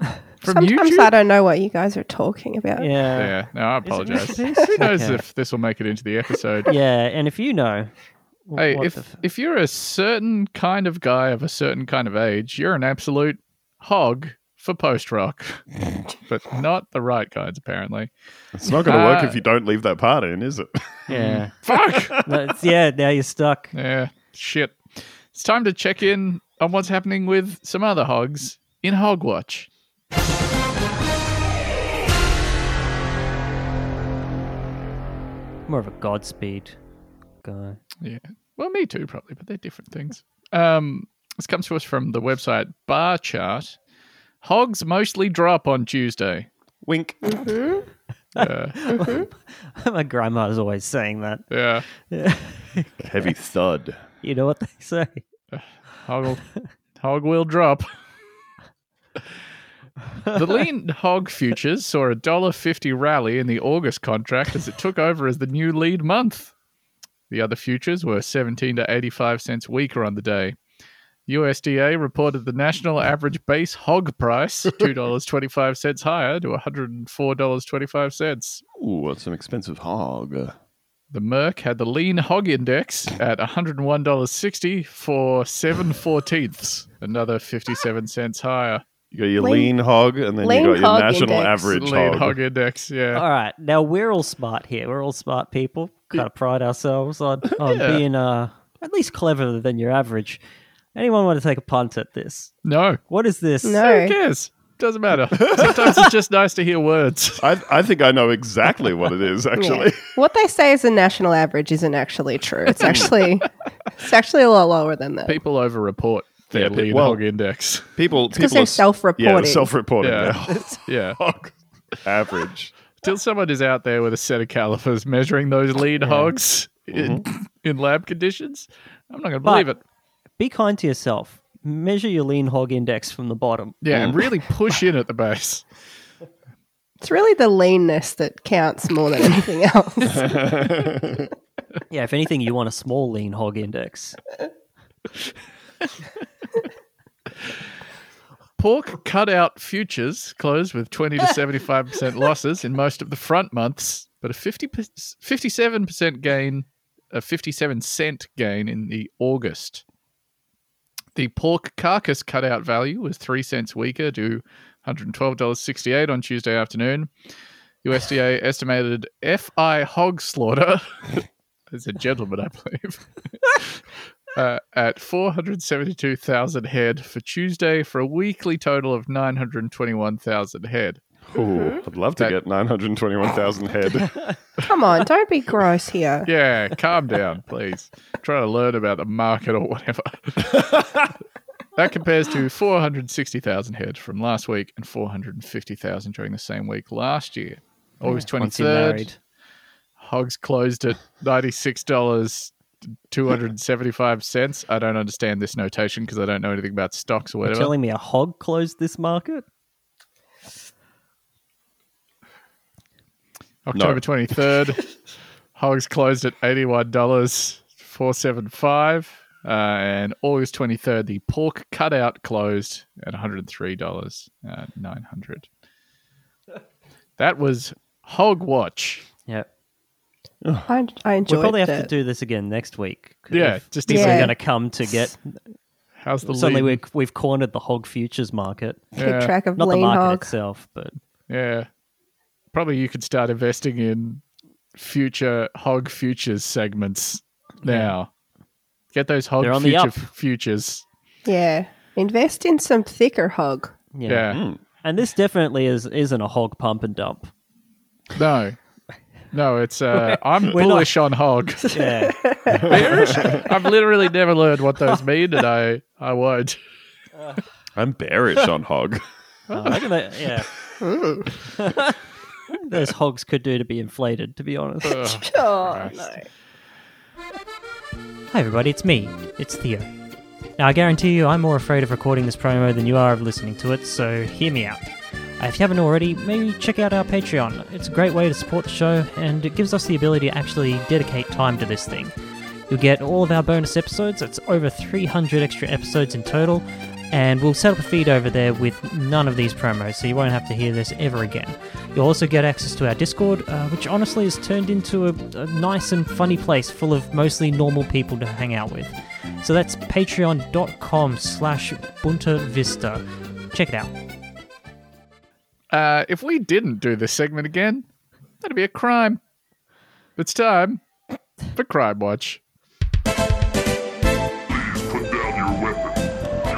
Speaker 2: From
Speaker 3: Sometimes
Speaker 2: YouTube?
Speaker 3: I don't know what you guys are talking about.
Speaker 1: Yeah. Yeah.
Speaker 2: Yeah, no, I
Speaker 1: Is it Mr.
Speaker 2: apologize.
Speaker 1: Beast?
Speaker 2: Who knows
Speaker 1: Okay.
Speaker 2: if this will make it into
Speaker 1: [LAUGHS]
Speaker 2: the episode?
Speaker 1: And if you know, w-
Speaker 2: hey,
Speaker 1: what
Speaker 2: if
Speaker 1: the f-
Speaker 2: if you're a certain kind of guy of a certain kind of age, you're an absolute hog for
Speaker 1: [LAUGHS]
Speaker 2: post rock, but not the right kinds apparently.
Speaker 4: It's not going to work
Speaker 2: Uh,
Speaker 4: if you don't leave that part in, is it?
Speaker 1: yeah,
Speaker 2: Mm-hmm. Fuck.
Speaker 1: [LAUGHS] No, it's- yeah. Now you're stuck.
Speaker 2: yeah, shit. It's time to check in on what's happening with some other hogs in Hogwatch.
Speaker 1: More of a Godspeed guy. [LAUGHS]
Speaker 2: Yeah. Well, me too, probably, but they're different things. Um, this comes to us from the website Bar Chart. Hogs mostly drop on Tuesday.
Speaker 4: Wink.
Speaker 1: My grandma's always saying that.
Speaker 2: Yeah.
Speaker 4: Heavy thud.
Speaker 1: You know what they [LAUGHS] say.
Speaker 2: Hog will, hog will drop. the lean hog futures saw a $1.50 rally in the August contract as it took over as the new lead month. The other futures were 17 to 85 cents weaker on the day. USDA reported the national average base hog price $2.25 higher to $104.25.
Speaker 4: Ooh, what's some expensive hog?
Speaker 2: The Merck had the lean hog index at $101.60 for 7 14ths, another 57 cents higher.
Speaker 4: You got your lean,
Speaker 3: Lean-
Speaker 4: hog, and then
Speaker 3: lean
Speaker 4: you got your
Speaker 3: hog
Speaker 4: national
Speaker 3: index.
Speaker 4: average
Speaker 2: lean
Speaker 4: hog.
Speaker 2: hog. index, yeah.
Speaker 1: All right, now we're all smart here. We're all smart people. Kind of pride ourselves on, on
Speaker 2: Yeah.
Speaker 1: being uh, at least cleverer than your average. Anyone want to take a punt at this?
Speaker 2: No,
Speaker 1: What is this?
Speaker 3: No.
Speaker 2: who cares? Doesn't matter. Sometimes it's just nice to hear words.
Speaker 4: I, I think I know exactly what it
Speaker 3: [LAUGHS]
Speaker 4: is,
Speaker 2: [LAUGHS]
Speaker 4: actually. [LAUGHS]
Speaker 3: What they say is a national average isn't actually true. It's actually it's actually a lot lower than that.
Speaker 2: People overreport their
Speaker 4: Yeah, pe-
Speaker 2: lean
Speaker 4: well-
Speaker 2: hog index.
Speaker 4: People,
Speaker 3: because
Speaker 4: people
Speaker 3: they're
Speaker 4: are s-
Speaker 3: self-reporting.
Speaker 4: Yeah, self-reporting.
Speaker 2: Yeah.
Speaker 4: yeah. [LAUGHS]
Speaker 2: Yeah.
Speaker 4: Hog
Speaker 2: [LAUGHS]
Speaker 4: average.
Speaker 2: Till someone is out there with a set of calipers measuring those lean
Speaker 4: Mm-hmm.
Speaker 2: hogs in, in lab conditions, I'm not going to
Speaker 1: But-
Speaker 2: believe it.
Speaker 1: Be kind to yourself. measure your lean hog index from the bottom.
Speaker 2: Yeah,
Speaker 4: Mm.
Speaker 2: and really push in at the base.
Speaker 3: It's really the leanness that counts more than anything [LAUGHS] else.
Speaker 1: Yeah, if anything, you want a small lean hog index.
Speaker 2: Pork cutout futures close with 20 to 75% losses in most of the front months, but a 50 57% gain, a 57 cent gain in the August. The pork carcass cutout value was 3 cents weaker to $112.68 on Tuesday afternoon. USDA estimated FI hog slaughter [LAUGHS] as a gentleman, I believe, uh, at 472,000 head for Tuesday for a weekly total of 921,000 head.
Speaker 4: Ooh, I'd love to
Speaker 2: That-
Speaker 4: get 921,000
Speaker 2: [LAUGHS]
Speaker 4: head.
Speaker 3: Come on, don't be gross here.
Speaker 2: Yeah,
Speaker 1: [LAUGHS]
Speaker 2: calm down, please. Trying to learn about the market or whatever. that compares to 460,000 head from last week and 450,000 during the same week last year. August
Speaker 1: Once you're
Speaker 2: 23rd,
Speaker 1: married.
Speaker 2: hogs closed at $96.275. I don't understand this notation because I don't know anything about stocks or
Speaker 1: You're
Speaker 2: whatever.
Speaker 1: telling me a hog closed this market?
Speaker 2: October 23rd, hogs closed at $81.475. Uh, and August 23rd, the pork cutout closed at $103.900. uh, That was Hog Watch.
Speaker 1: Yeah.
Speaker 3: I, I enjoyed
Speaker 1: We'll probably have
Speaker 3: that.
Speaker 1: to do this again next week.
Speaker 2: Yeah,
Speaker 1: If
Speaker 2: just
Speaker 1: people
Speaker 3: Yeah.
Speaker 1: are going to come to get.
Speaker 2: How's the
Speaker 1: Suddenly,
Speaker 2: lead?
Speaker 1: we've, we've cornered the hog futures market.
Speaker 3: Keep
Speaker 2: Yeah.
Speaker 3: track of
Speaker 1: Not the
Speaker 3: lean
Speaker 1: market
Speaker 3: hog.
Speaker 1: itself, but
Speaker 2: Yeah. Probably you could start investing in future hog futures segments now. Get those hog
Speaker 1: They're on the
Speaker 2: future
Speaker 1: up.
Speaker 2: f- futures.
Speaker 3: Yeah. Invest in some thicker hog.
Speaker 1: yeah.
Speaker 2: Yeah.
Speaker 1: And this definitely is isn't a hog pump and dump.
Speaker 2: No. No, it's uh, I'm
Speaker 1: we're not-
Speaker 2: bullish
Speaker 4: [LAUGHS]
Speaker 2: on hog.
Speaker 1: Yeah.
Speaker 2: I've literally never learned what those mean, and I I won't.
Speaker 4: I'm bearish on hog.
Speaker 1: Uh, I reckon that- yeah. Those hogs could do to be inflated, to be honest.
Speaker 3: [LAUGHS] Oh,
Speaker 2: no.
Speaker 7: Hi, everybody, it's me. It's Theo. Now, I guarantee you I'm more afraid of recording this promo than you are of listening to it, so hear me out. Uh, If you haven't already, maybe check out our Patreon. It's a great way to support the show, and it gives us the ability to actually dedicate time to this thing. You'll get all of our bonus episodes, it's over 300 extra episodes in total, and we'll set up a feed over there with none of these promos, so you won't have to hear this ever again. You'll also get access to our Discord, uh, which honestly has turned into a, a nice and funny place full of mostly normal people to hang out with. So that's patreon.com slash Bunta Vista. Check it out.
Speaker 2: Uh, if we didn't do this segment again, that'd be a crime. It's time for Crime Watch.
Speaker 8: Put down your weapon.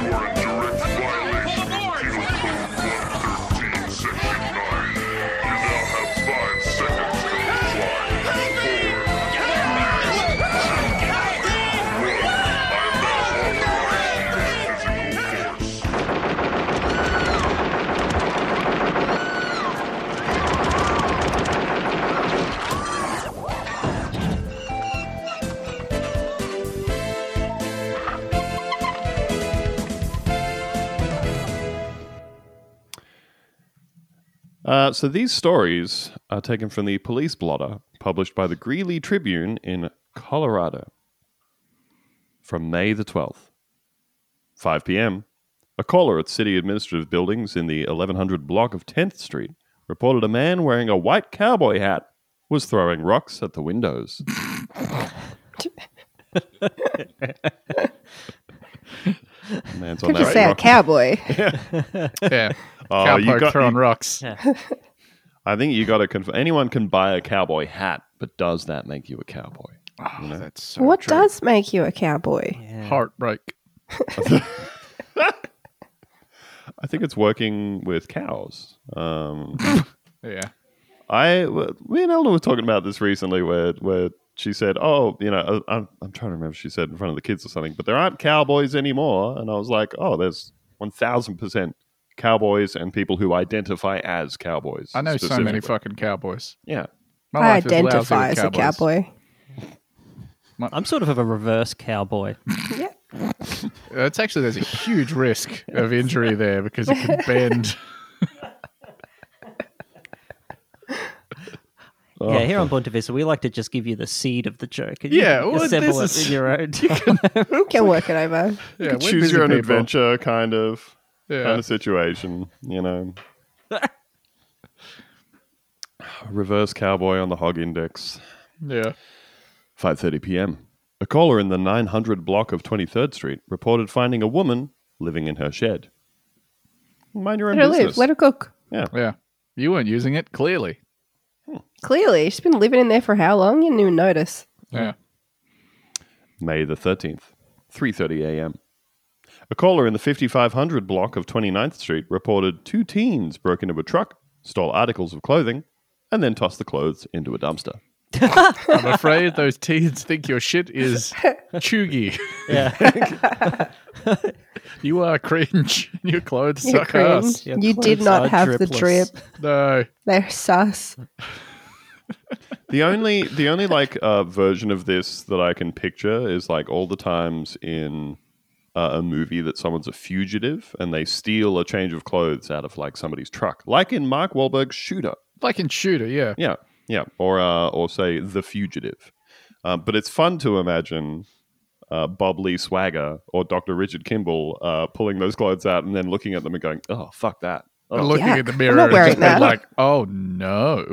Speaker 8: You are in direct violation of Penal Code 113, Section 9. You now have five seconds to comply. Four, three, two, one. I am now authorizing you physical force.
Speaker 4: Uh, so these stories are taken from the police blotter published by the Greeley Tribune in Colorado from May the 12th. 5 p.m. A caller at city administrative buildings in the 1100 block of 10th Street reported a man wearing a white cowboy hat was throwing rocks at the windows. Man's on
Speaker 3: Could you
Speaker 4: that
Speaker 3: say a
Speaker 4: rock-
Speaker 2: [LAUGHS]
Speaker 3: cowboy?
Speaker 2: Yeah,
Speaker 4: [LAUGHS] Oh, you
Speaker 2: cowpoke
Speaker 4: got-
Speaker 2: throwing
Speaker 4: you-
Speaker 2: rocks.
Speaker 4: I think you got to confirm. Anyone can buy a cowboy hat, but does that make you a cowboy?
Speaker 2: [SIGHS] Oh, that's so
Speaker 3: what
Speaker 2: true.
Speaker 3: does make you a cowboy?
Speaker 2: heartbreak?
Speaker 4: I think it's working with cows. Um,
Speaker 2: Yeah,
Speaker 4: I me and Elder were talking about this recently, where where she said, "Oh, you know, I, I'm I'm trying to remember." if She said in front of the kids or something, but there aren't cowboys anymore. And I was like, "Oh, there's one thousand percent cowboys and people who identify as cowboys."
Speaker 2: I know so many
Speaker 4: specifically."
Speaker 2: fucking cowboys.
Speaker 4: Yeah,
Speaker 2: My
Speaker 3: I
Speaker 2: life is lousy with
Speaker 3: identify as a
Speaker 2: cowboys.
Speaker 3: cowboy.
Speaker 1: I'm sort of a reverse cowboy.
Speaker 3: yeah.
Speaker 2: That's actually there's a huge risk of injury there because
Speaker 3: [LAUGHS]
Speaker 2: it can bend.
Speaker 4: Oh,
Speaker 1: yeah, here on Bunta Vista, we like to just give you the seed of the joke. and
Speaker 2: Yeah,
Speaker 1: you
Speaker 2: well,
Speaker 1: assemble
Speaker 2: this
Speaker 1: it
Speaker 2: is-
Speaker 1: in your own.
Speaker 3: You can work it over.
Speaker 2: Yeah, we're
Speaker 4: Choose
Speaker 2: busy
Speaker 4: your own
Speaker 2: people.
Speaker 4: adventure, kind of,
Speaker 2: Yeah.
Speaker 4: kind of situation. You
Speaker 2: [LAUGHS]
Speaker 4: know, reverse cowboy on the hog index.
Speaker 2: Yeah.
Speaker 4: 5:30 p.m. A caller in the 900 block of 23rd Street reported finding a woman living in her shed. Mind your own
Speaker 3: Let her
Speaker 4: business.
Speaker 3: live. Let her cook.
Speaker 2: Yeah. You weren't using it, clearly.
Speaker 3: Clearly, she's been living in there for how long? You didn't even notice.
Speaker 2: Yeah.
Speaker 4: May the 13th, 3:30 a.m. A caller in the 5500 block of 29th Street reported two teens broke into a truck, stole articles of clothing, and then tossed the clothes into a dumpster.
Speaker 2: [LAUGHS] I'm afraid those teens think your shit is chuggy.
Speaker 1: [LAUGHS] Yeah.
Speaker 2: You are cringe. [LAUGHS] Your clothes
Speaker 3: You
Speaker 2: suck
Speaker 3: cringe.
Speaker 2: ass.
Speaker 1: Yeah,
Speaker 3: you did
Speaker 1: clothes are
Speaker 3: not have the drip.
Speaker 1: dripless.
Speaker 2: No.
Speaker 3: They're sus.
Speaker 4: The only the only like uh, version of this that I can picture is like all the times in uh, a movie that someone's a fugitive and they steal a change of clothes out of like somebody's truck, like in Mark Wahlberg's Shooter.
Speaker 2: Like in Shooter, yeah.
Speaker 4: Yeah, yeah, or uh, or say The Fugitive. Uh, but it's fun to imagine uh, Bob Lee Swagger or Dr. Richard Kimball uh, pulling those clothes out and then looking at them and going, "Oh, fuck that."
Speaker 2: And looking
Speaker 3: yuck.
Speaker 2: in the
Speaker 3: I'm
Speaker 2: mirror
Speaker 3: not
Speaker 2: and
Speaker 3: wearing
Speaker 2: just being
Speaker 3: that.
Speaker 2: like, oh no.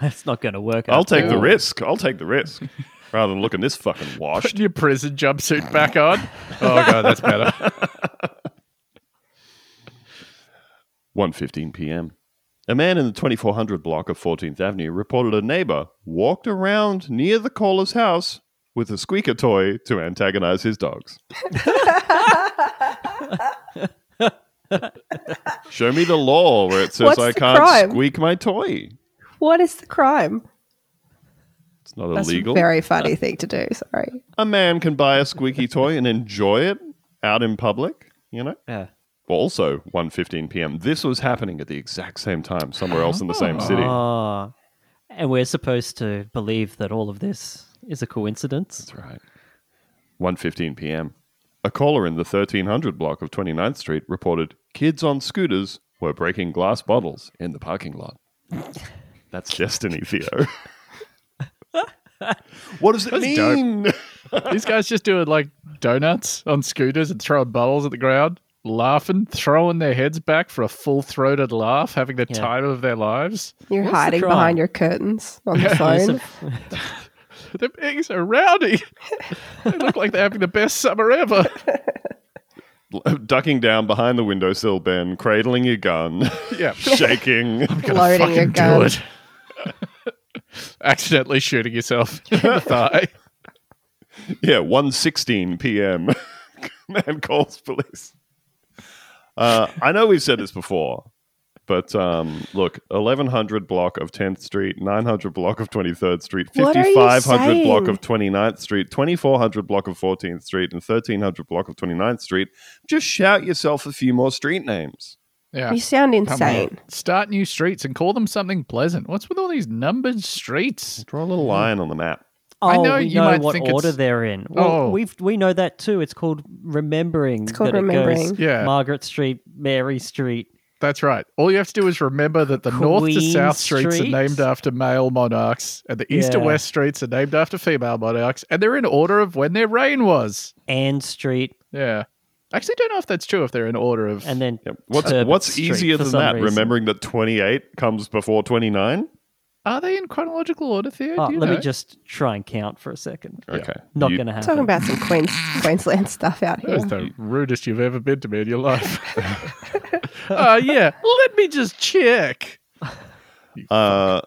Speaker 1: That's not going to work.
Speaker 4: I'll
Speaker 1: after
Speaker 4: take the
Speaker 1: all.
Speaker 4: risk. I'll take the risk [LAUGHS] rather than looking this fucking washed.
Speaker 2: Put [LAUGHS] your prison jumpsuit back on. Oh god, that's better.
Speaker 4: 1:15 p.m. A man in the 2400 block of 14th Avenue reported a neighbor walked around near the caller's house with a squeaker toy to antagonize his dogs. Show me the law where it says
Speaker 3: What's
Speaker 4: I
Speaker 3: the
Speaker 4: can't
Speaker 3: crime?
Speaker 4: squeak my toy.
Speaker 3: What is the crime?
Speaker 4: It's not
Speaker 3: That's
Speaker 4: illegal.
Speaker 3: a very funny thing to do. Sorry.
Speaker 4: a man can buy a squeaky toy and enjoy it out in public, you know?
Speaker 1: Yeah.
Speaker 4: Well, also 1:15 p.m. This was happening at the exact same time somewhere else in the same city.
Speaker 3: Oh.
Speaker 1: Ah. and we're supposed to believe that all of this is a coincidence.
Speaker 4: That's right. 1:15 p.m. A caller in the 1300 block of 29th Street reported kids on scooters were breaking glass bottles in the parking lot. That's destiny, Theo. [LAUGHS] what does it
Speaker 2: dope.
Speaker 4: mean?
Speaker 2: [LAUGHS] These guys just doing like donuts on scooters and throwing bottles at the ground, laughing, throwing their heads back for a full throated laugh, having the
Speaker 1: Yeah.
Speaker 2: time of their lives.
Speaker 3: You're
Speaker 1: What's the
Speaker 3: hiding
Speaker 1: crime?
Speaker 3: behind your curtains on the phone.
Speaker 2: They're being so rowdy. they look like they're having the best
Speaker 1: [LAUGHS]
Speaker 2: summer ever.
Speaker 4: Ducking down behind the windowsill, Ben, cradling your gun, [LAUGHS]
Speaker 2: Yeah.
Speaker 4: shaking.
Speaker 3: Loading your gun.
Speaker 2: Do it. Accidentally shooting yourself in
Speaker 1: [LAUGHS]
Speaker 2: the thigh.
Speaker 4: Yeah, 1.16 [LAUGHS] p.m. Man calls police. Uh, I know we've said this before, but um, look, 1100 block of 10th Street, 900 block of 23rd Street,
Speaker 3: What are you
Speaker 4: 5500 block
Speaker 3: saying?
Speaker 4: of 29th Street, 2400 block of 14th Street, and 1300 block of 29th Street. Just shout yourself a few more street names.
Speaker 2: Yeah.
Speaker 3: You sound
Speaker 2: Come on.
Speaker 3: insane.
Speaker 2: Start new streets and call them something pleasant. What's with all these numbered streets?
Speaker 4: Draw a
Speaker 3: Hmm.
Speaker 4: little line on the map.
Speaker 1: Oh,
Speaker 2: I know
Speaker 1: we
Speaker 2: you
Speaker 1: know
Speaker 2: might
Speaker 1: what
Speaker 2: think
Speaker 1: order
Speaker 2: it's-
Speaker 1: they're in. Well,
Speaker 2: Oh.
Speaker 1: we've we know that too. It's called remembering. It's
Speaker 3: called
Speaker 1: that It
Speaker 3: remembering.
Speaker 1: goes
Speaker 2: Yeah.
Speaker 1: Margaret Street, Mary Street.
Speaker 2: That's right. All you have to do is remember that the north to
Speaker 1: Queen
Speaker 2: south streets
Speaker 1: Street?
Speaker 2: are named after male monarchs, and the east to
Speaker 1: Yeah.
Speaker 2: west streets are named after female monarchs, and they're in order of when their reign was.
Speaker 1: Ann Street,
Speaker 2: Yeah. I Actually, don't know if that's true. If they're in order of
Speaker 1: and then
Speaker 4: Yep. What's
Speaker 1: Turbot
Speaker 4: what's
Speaker 1: Street
Speaker 4: easier
Speaker 1: for
Speaker 4: than
Speaker 1: some
Speaker 4: that?
Speaker 1: reason.
Speaker 4: Remembering that 28 comes before 29?
Speaker 2: are they in chronological order, Theo?
Speaker 1: Oh,
Speaker 2: Do you
Speaker 1: let me
Speaker 2: know?
Speaker 1: just try and count for a second.
Speaker 4: Okay.
Speaker 1: Not
Speaker 4: You-
Speaker 1: going to happen.
Speaker 3: Talking about some Queens, Queensland stuff out here.
Speaker 2: That's the rudest you've ever been to me in your life. uh, yeah. Let me just check.
Speaker 4: Uh,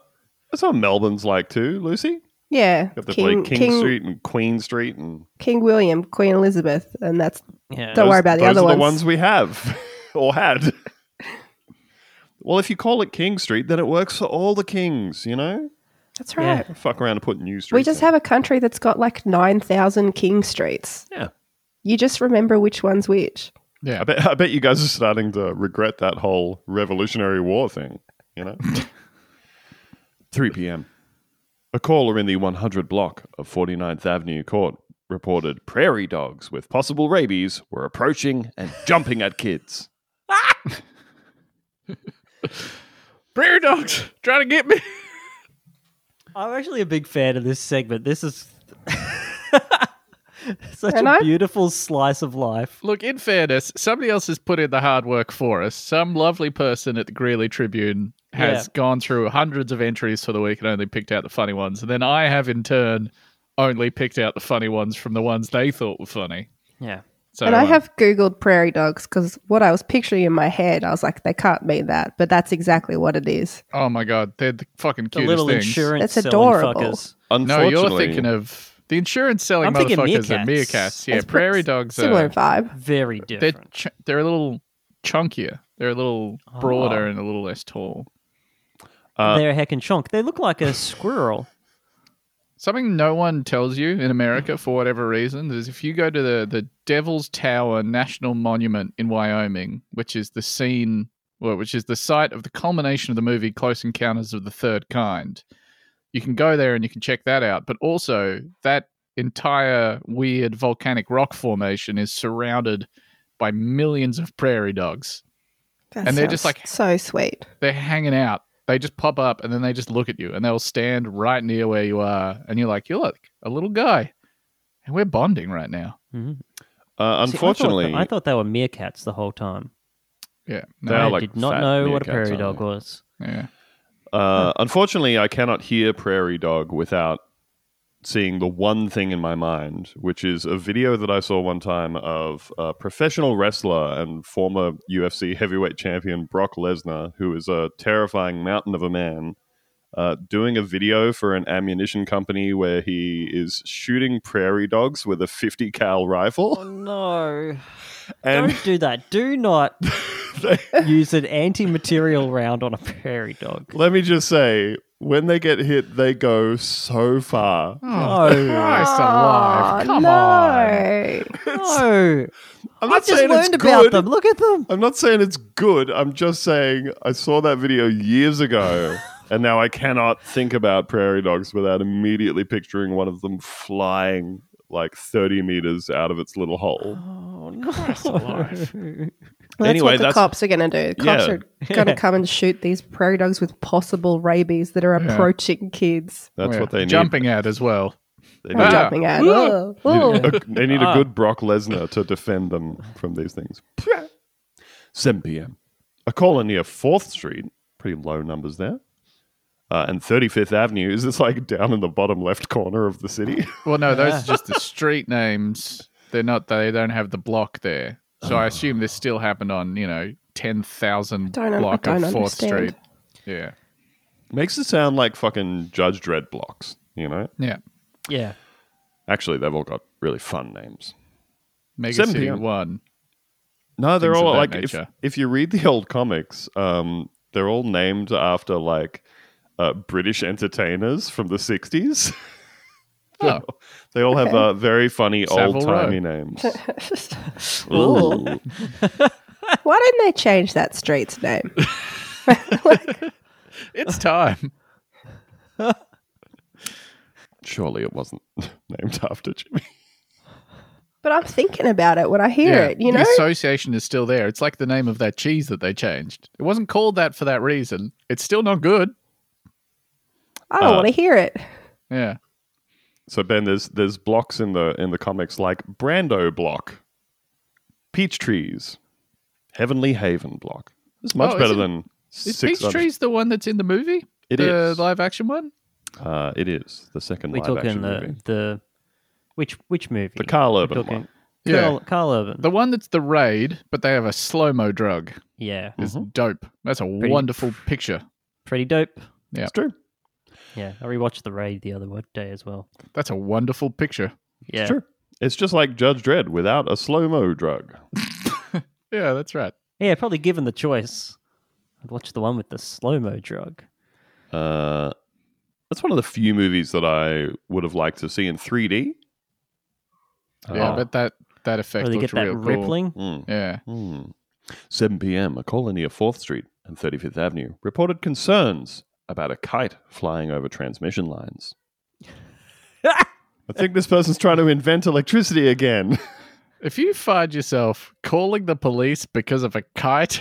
Speaker 4: that's what Melbourne's like too, Lucy.
Speaker 3: Yeah,
Speaker 4: Got the King,
Speaker 3: King,
Speaker 4: King,
Speaker 3: King,
Speaker 4: Street and Queen Street, and
Speaker 3: King William, Queen Elizabeth, and that's
Speaker 1: yeah.
Speaker 3: Don't worry about the
Speaker 4: those
Speaker 3: other
Speaker 4: are
Speaker 3: ones.
Speaker 4: the ones we have [LAUGHS] or had. well, if you call it King Street, then it works for all the kings. You know,
Speaker 3: that's right.
Speaker 4: fuck around and put new streets.
Speaker 3: We just
Speaker 4: in.
Speaker 3: have a country that's got like nine thousand King Streets.
Speaker 4: Yeah.
Speaker 3: You just remember which one's which.
Speaker 2: Yeah.
Speaker 4: I bet, [LAUGHS] I bet you guys are starting to regret that whole Revolutionary War thing, you know? 3 p.m. A caller in the 100 block of 49th Avenue Court reported prairie dogs with possible rabies were approaching and jumping at kids.
Speaker 2: Prairie dogs trying to get me.
Speaker 1: I'm actually a big fan of this segment. This is [LAUGHS] such
Speaker 3: And
Speaker 1: a
Speaker 3: I-
Speaker 1: beautiful slice of life.
Speaker 2: [LAUGHS] Look, in fairness, somebody else has put in the hard work for us. Some lovely person at the Greeley Tribune has
Speaker 1: Yeah.
Speaker 2: gone through hundreds of entries for the week and only picked out the funny ones. And then I have, in turn, only picked out the funny ones from the ones they thought were funny.
Speaker 1: Yeah.
Speaker 2: So
Speaker 3: and I
Speaker 2: uh,
Speaker 3: have Googled prairie dogs because what I was picturing in my head, I was like, they can't mean that, but that's exactly what it is.
Speaker 2: Oh my god, they're the fucking
Speaker 1: The
Speaker 2: cutest
Speaker 1: little
Speaker 2: things.
Speaker 1: insurance
Speaker 3: That's
Speaker 1: selling
Speaker 3: adorable.
Speaker 1: fuckers.
Speaker 2: No,
Speaker 4: Unfortunately, uh,
Speaker 2: you're thinking of the insurance selling
Speaker 1: I'm thinking
Speaker 2: motherfuckers
Speaker 1: meerkats.
Speaker 2: and meerkats. Yeah,
Speaker 3: It's pretty
Speaker 2: prairie
Speaker 3: s-
Speaker 2: dogs
Speaker 3: Similar
Speaker 2: are
Speaker 3: vibe.
Speaker 1: Very
Speaker 2: they're
Speaker 1: different.
Speaker 2: ch- they're a little chunkier. They're a little
Speaker 1: Oh.
Speaker 2: broader and a little less tall.
Speaker 4: Uh,
Speaker 1: They're heck and chunk. They look [SIGHS] like a squirrel.
Speaker 2: Something no one tells you in America for whatever reason is if you go to the, the Devil's Tower National Monument in Wyoming, which is the scene, well, which is the site of the culmination of the movie Close Encounters of the Third Kind, you can go there and you can check that out. But also, that entire weird volcanic rock formation is surrounded by millions of prairie dogs.
Speaker 3: That
Speaker 2: And they're just
Speaker 3: sounds
Speaker 2: like-
Speaker 3: so sweet.
Speaker 2: They're hanging out. They just pop up and then they just look at you and they'll stand right near where you are. And you're like, you're like a little guy. And we're bonding right now.
Speaker 1: See,
Speaker 4: uh,
Speaker 1: Mm-hmm. I thought-
Speaker 4: unfortunately,
Speaker 1: I thought, they were meerkats the whole time.
Speaker 2: Yeah.
Speaker 4: They are
Speaker 1: I
Speaker 4: like
Speaker 1: did not
Speaker 4: fat
Speaker 1: know what a
Speaker 4: meerkats,
Speaker 1: prairie
Speaker 4: aren't
Speaker 1: dog
Speaker 4: they?
Speaker 1: was.
Speaker 2: Yeah.
Speaker 4: Uh,
Speaker 1: Hmm.
Speaker 4: unfortunately, I cannot hear Prairie Dog without seeing the one thing in my mind, which is a video that I saw one time of a professional wrestler and former UFC heavyweight champion Brock Lesnar, who is a terrifying mountain of a man, uh, doing a video for an ammunition company where he is shooting prairie dogs with a 50 cal
Speaker 1: Oh
Speaker 4: rifle.
Speaker 1: no! [LAUGHS]
Speaker 4: And
Speaker 1: Don't do that. Do not [LAUGHS]
Speaker 4: they-
Speaker 1: use an anti-material round on a prairie [LAUGHS] dog.
Speaker 4: let me just say, when they get hit, they go so far.
Speaker 1: No,
Speaker 2: Oh, Christ alive.
Speaker 3: Oh,
Speaker 2: Come
Speaker 3: no.
Speaker 2: on.
Speaker 1: no!
Speaker 4: I'm
Speaker 1: I
Speaker 4: not
Speaker 1: just
Speaker 4: saying it's
Speaker 1: learned about
Speaker 4: good.
Speaker 1: them. Look at them.
Speaker 4: I'm not saying it's good. I'm just saying I saw that video years
Speaker 2: [LAUGHS]
Speaker 4: ago, and now I cannot think about prairie dogs without immediately picturing one of them flying like 30 meters out of its little hole.
Speaker 1: Oh no!
Speaker 3: Well, that's
Speaker 4: Anyway,
Speaker 3: what the
Speaker 4: that's-
Speaker 3: cops are going to do. Cops
Speaker 4: Yeah.
Speaker 2: [LAUGHS]
Speaker 3: are going to come and shoot these prairie dogs with possible rabies that are approaching kids.
Speaker 4: That's
Speaker 2: Yeah.
Speaker 4: what they need.
Speaker 2: Jumping Ah. at as well.
Speaker 4: They
Speaker 3: I'm
Speaker 4: need,
Speaker 3: jumping at. Oh,
Speaker 4: they
Speaker 2: [LAUGHS]
Speaker 3: oh.
Speaker 4: need a, they need a
Speaker 2: Ah.
Speaker 4: good Brock Lesnar to defend them from these things. 7 p.m. A caller near 4th Street, pretty low numbers there, uh, and 35th Avenue is this like down in the bottom left corner of the city. [LAUGHS]
Speaker 2: Well, no, those are just the street names. They're not, they don't have the block there. So
Speaker 4: Oh.
Speaker 2: I assume this still happened on, you know, 10,000
Speaker 3: Don't un-
Speaker 2: block
Speaker 3: I
Speaker 2: of
Speaker 3: don't
Speaker 2: 4th Street.
Speaker 3: understand.
Speaker 2: Yeah.
Speaker 4: Makes it sound like fucking Judge Dredd blocks, you know?
Speaker 2: Yeah.
Speaker 1: [LAUGHS] Yeah.
Speaker 4: Actually, they've all got really fun names.
Speaker 2: Mega
Speaker 4: 7
Speaker 2: City
Speaker 4: p.m. [LAUGHS]
Speaker 2: 1.
Speaker 4: No, they're
Speaker 2: Things of
Speaker 4: all
Speaker 2: that
Speaker 4: like if,
Speaker 2: nature.
Speaker 4: if you read the old comics, um, they're all named after like uh, British entertainers from the 60s.
Speaker 2: Oh,
Speaker 4: [LAUGHS] They all have uh, very funny
Speaker 2: Savile
Speaker 4: old timey names.
Speaker 3: Ooh. [LAUGHS] Why didn't they change that street's name?
Speaker 2: it's time.
Speaker 4: Surely it wasn't [LAUGHS] named after Jimmy.
Speaker 3: But I'm thinking about it when I hear it, you know?
Speaker 2: The association is still there. It's like the name of that cheese that they changed. It wasn't called that for that reason. It's still not good.
Speaker 3: I don't
Speaker 4: Uh,
Speaker 3: want to hear it.
Speaker 2: Yeah.
Speaker 4: So Ben, there's there's blocks in the in the comics like Brando Block, Peach Trees, Heavenly Haven Block. It's much
Speaker 2: Oh,
Speaker 4: better
Speaker 2: isn't-
Speaker 4: than
Speaker 2: Is
Speaker 4: six.
Speaker 2: Peachtree's the one that's in the movie?
Speaker 4: It
Speaker 2: the
Speaker 4: is.
Speaker 2: live action one?
Speaker 4: Uh, it is the second
Speaker 1: We
Speaker 4: live
Speaker 1: talking
Speaker 4: action
Speaker 1: the
Speaker 4: movie.
Speaker 1: the which which movie?
Speaker 4: The Carl
Speaker 1: We're
Speaker 4: Urban
Speaker 1: talking-
Speaker 4: one.
Speaker 2: Yeah.
Speaker 1: Carl, Carl Urban.
Speaker 2: The one that's the raid, but they have a slow mo drug.
Speaker 1: yeah.
Speaker 2: Is
Speaker 4: Mm-hmm.
Speaker 2: dope. That's a
Speaker 1: Pretty-
Speaker 2: wonderful picture.
Speaker 1: Pretty dope.
Speaker 4: It's true.
Speaker 1: Yeah. I rewatched The Raid the other day as well.
Speaker 2: That's a wonderful picture.
Speaker 1: Yeah.
Speaker 4: Sure. It's just like Judge Dredd without a slow mo drug.
Speaker 2: Yeah, that's right.
Speaker 1: Yeah, probably given the choice, I'd watch the one with the slow mo drug.
Speaker 4: Uh, that's one of the few movies that I would have liked to see in 3D.
Speaker 2: Yeah,
Speaker 1: Ah.
Speaker 2: but that that effect
Speaker 1: Where they
Speaker 2: looks
Speaker 1: get that
Speaker 2: real cool.
Speaker 1: rippling.
Speaker 4: Mm.
Speaker 2: Yeah.
Speaker 4: Hmm. 7 p.m., a caller near 4th Street and 35th Avenue
Speaker 1: [LAUGHS]
Speaker 4: reported concerns about a kite flying over transmission lines. I think this person's trying to invent electricity again.
Speaker 2: If you find yourself calling the police because of a kite,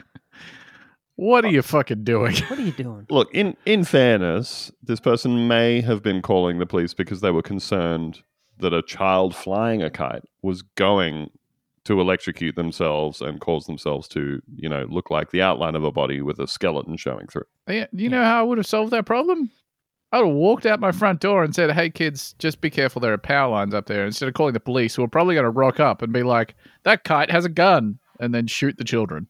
Speaker 2: [LAUGHS] what are
Speaker 4: Uh,
Speaker 2: you fucking doing?
Speaker 1: What are you doing?
Speaker 4: Look, in in fairness, this person may have been calling the police because they were concerned that a child flying a kite was going to electrocute themselves and cause themselves to, you know, look like the outline of a body with a skeleton showing through.
Speaker 2: Yeah, you know how I would have solved that problem? I would have walked out my front door and said, "Hey kids, just be careful. There are power lines up there." Instead of calling the police, who are probably going to rock up and be like, "That kite has a gun," and then shoot the children.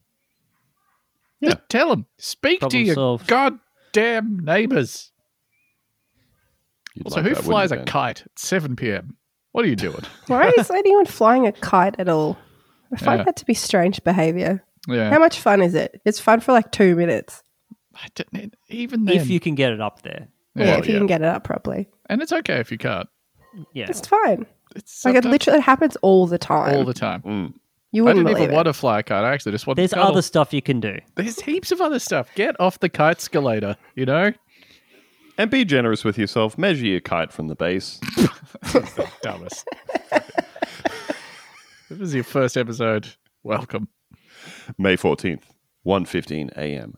Speaker 2: Just tell them. Speak
Speaker 1: Problem
Speaker 2: to your
Speaker 1: solved.
Speaker 2: goddamn neighbors.
Speaker 4: You'd
Speaker 2: Also,
Speaker 4: like
Speaker 2: who
Speaker 4: that, wouldn't
Speaker 2: flies
Speaker 4: you,
Speaker 2: a
Speaker 4: Ben?
Speaker 2: kite at seven p.m.? What are you doing? [LAUGHS]
Speaker 3: Why is anyone flying a kite at all? I find
Speaker 2: Yeah.
Speaker 3: that to be strange behavior. How
Speaker 2: yeah,
Speaker 3: much fun is it? It's fun for like two minutes.
Speaker 2: I didn't, e, even then,
Speaker 1: If you can get it up there.
Speaker 3: Yeah,
Speaker 2: Yeah.
Speaker 3: if you
Speaker 4: yeah.
Speaker 3: can get it up properly,
Speaker 2: and it's okay if you can't.
Speaker 1: Yeah.
Speaker 3: it's fine.
Speaker 2: It's
Speaker 3: Like it
Speaker 2: sometimes-
Speaker 3: literally it happens all the time.
Speaker 2: all the time.
Speaker 3: you
Speaker 2: I
Speaker 3: wouldn't
Speaker 2: didn't
Speaker 3: believe
Speaker 2: even
Speaker 3: it.
Speaker 2: want to fly a kite. I actually just want.
Speaker 1: There's
Speaker 2: to cuddle.
Speaker 1: other stuff you can do.
Speaker 2: There's heaps of other stuff. Get off the kite escalator. You know,
Speaker 4: And be generous with yourself. Measure your kite from the base.
Speaker 2: dumbest. this is your first episode. Welcome.
Speaker 4: May 14th, 1:15 a.m.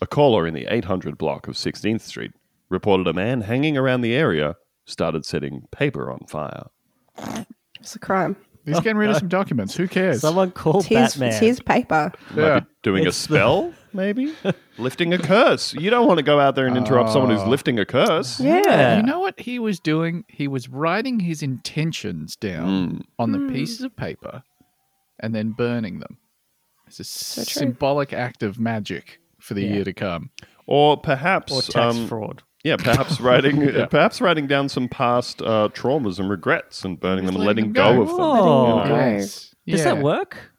Speaker 4: A caller in the 800 block of 16th Street reported a man hanging around the area started setting paper on fire.
Speaker 3: It's a crime.
Speaker 2: He's getting rid of some documents. Who cares?
Speaker 1: Oh, Someone call
Speaker 3: It's his,
Speaker 1: Batman.
Speaker 3: it's his paper.
Speaker 2: yeah.
Speaker 4: Doing a spell,
Speaker 2: [LAUGHS]
Speaker 4: maybe? lifting a curse. You don't want to go out there and interrupt someone
Speaker 2: Ah.
Speaker 4: who's lifting a curse.
Speaker 3: Yeah.
Speaker 1: Yeah.
Speaker 2: You know what he was doing? He was writing his intentions down
Speaker 1: Hmm.
Speaker 2: on the pieces of paper and then burning them. It's
Speaker 3: true.
Speaker 2: a symbolic act of magic for the year to come.
Speaker 4: Or perhaps
Speaker 1: Or tax
Speaker 4: um,
Speaker 1: fraud.
Speaker 4: Yeah,
Speaker 2: [LAUGHS]
Speaker 4: perhaps writing perhaps writing down some past uh, traumas and regrets and burning them and letting
Speaker 2: letting
Speaker 4: go
Speaker 2: them
Speaker 4: of
Speaker 2: go.
Speaker 4: them.
Speaker 1: Oh.
Speaker 3: Yeah.
Speaker 1: Does
Speaker 2: Yeah.
Speaker 1: that work?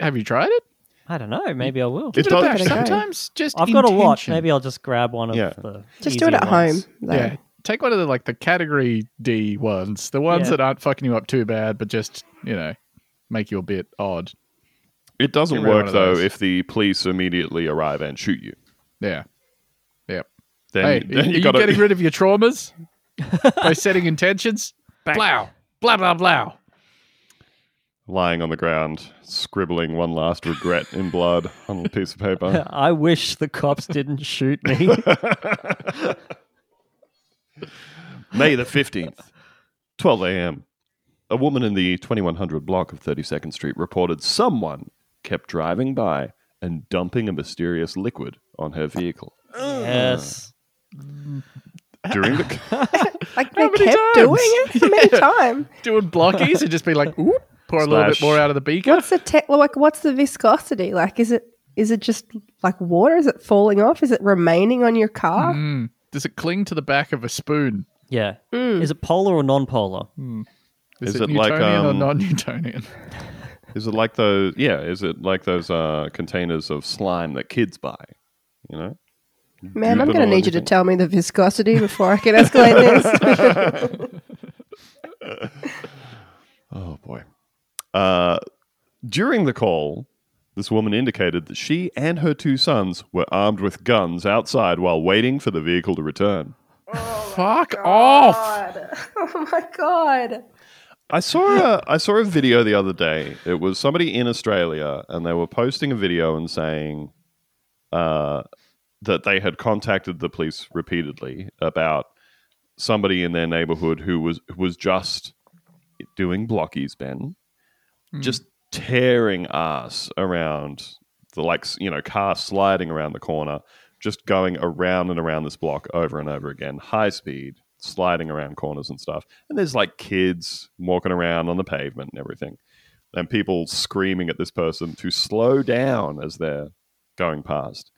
Speaker 2: Have you tried it?
Speaker 1: I don't know. Maybe I will.
Speaker 4: It
Speaker 2: Give it a
Speaker 4: does-
Speaker 2: bash.
Speaker 3: Give it a go.
Speaker 2: Sometimes just
Speaker 1: I've got a lot.
Speaker 2: intention.
Speaker 1: Maybe I'll just grab one of
Speaker 4: Yeah.
Speaker 1: the.
Speaker 3: Just do it
Speaker 1: easier
Speaker 3: at
Speaker 1: ones.
Speaker 3: home. Though.
Speaker 2: Yeah. Take one of the like the category D ones, the ones
Speaker 1: Yeah.
Speaker 2: that aren't fucking you up too bad, but just you know make you a bit odd.
Speaker 4: It doesn't
Speaker 2: Get rid of one
Speaker 4: work
Speaker 2: of
Speaker 4: though
Speaker 2: those.
Speaker 4: if the police immediately arrive and shoot you.
Speaker 2: Yeah, yep.
Speaker 4: Then,
Speaker 2: Hey,
Speaker 4: then
Speaker 2: are
Speaker 4: you
Speaker 2: you
Speaker 4: got
Speaker 2: getting rid of your traumas by setting intentions? Blow, blah blah blah.
Speaker 4: [LAUGHS] lying on the ground, scribbling one last regret in blood on a piece of
Speaker 2: [LAUGHS]
Speaker 4: paper.
Speaker 1: [LAUGHS] I wish the cops didn't shoot
Speaker 4: [LAUGHS]
Speaker 1: me.
Speaker 4: May the 15th, 12 a.m. A woman in the 2100 block of 32nd Street reported someone kept driving by and dumping a mysterious liquid on her vehicle.
Speaker 1: yes.
Speaker 4: During the [LAUGHS]
Speaker 3: Like they kept doing it for many times.
Speaker 2: Doing blockies and just be like, oop, pour a little
Speaker 4: Splash.
Speaker 2: bit more out of the beaker.
Speaker 3: What's the te- well, like? What's the viscosity? Like, is it is it just like water? Is it falling off? Is it remaining on your car?
Speaker 2: Does it cling to the back of a spoon?
Speaker 1: Yeah. Is it polar or non polar?
Speaker 2: Is,
Speaker 4: Is it
Speaker 2: it,
Speaker 4: like,
Speaker 2: Newtonian or
Speaker 4: um,
Speaker 2: non-Newtonian?
Speaker 4: Is it like those? Yeah, is it like those uh, containers of slime that kids buy? You know,
Speaker 3: Man, I'm
Speaker 4: Goop and
Speaker 3: going to
Speaker 4: all
Speaker 3: need you to
Speaker 4: everything.
Speaker 3: tell me the viscosity before I can escalate this.
Speaker 4: Oh boy. Uh, during the call, this woman indicated that she and her two sons were armed with guns outside while waiting for the vehicle to return.
Speaker 2: Fuck off!
Speaker 3: [LAUGHS] oh my god!
Speaker 4: I saw a I saw a video the other day. It was somebody in Australia, and they were posting a video and saying uh, that they had contacted the police repeatedly about somebody in their neighborhood who was who was just doing blockies, Ben, just tearing ass around the like s- you know car sliding around the corner, just going around and around this block over and over again, high speed, sliding around corners and stuff. And there's like kids walking around on the pavement and everything, and people screaming at this person to slow down as they're going past.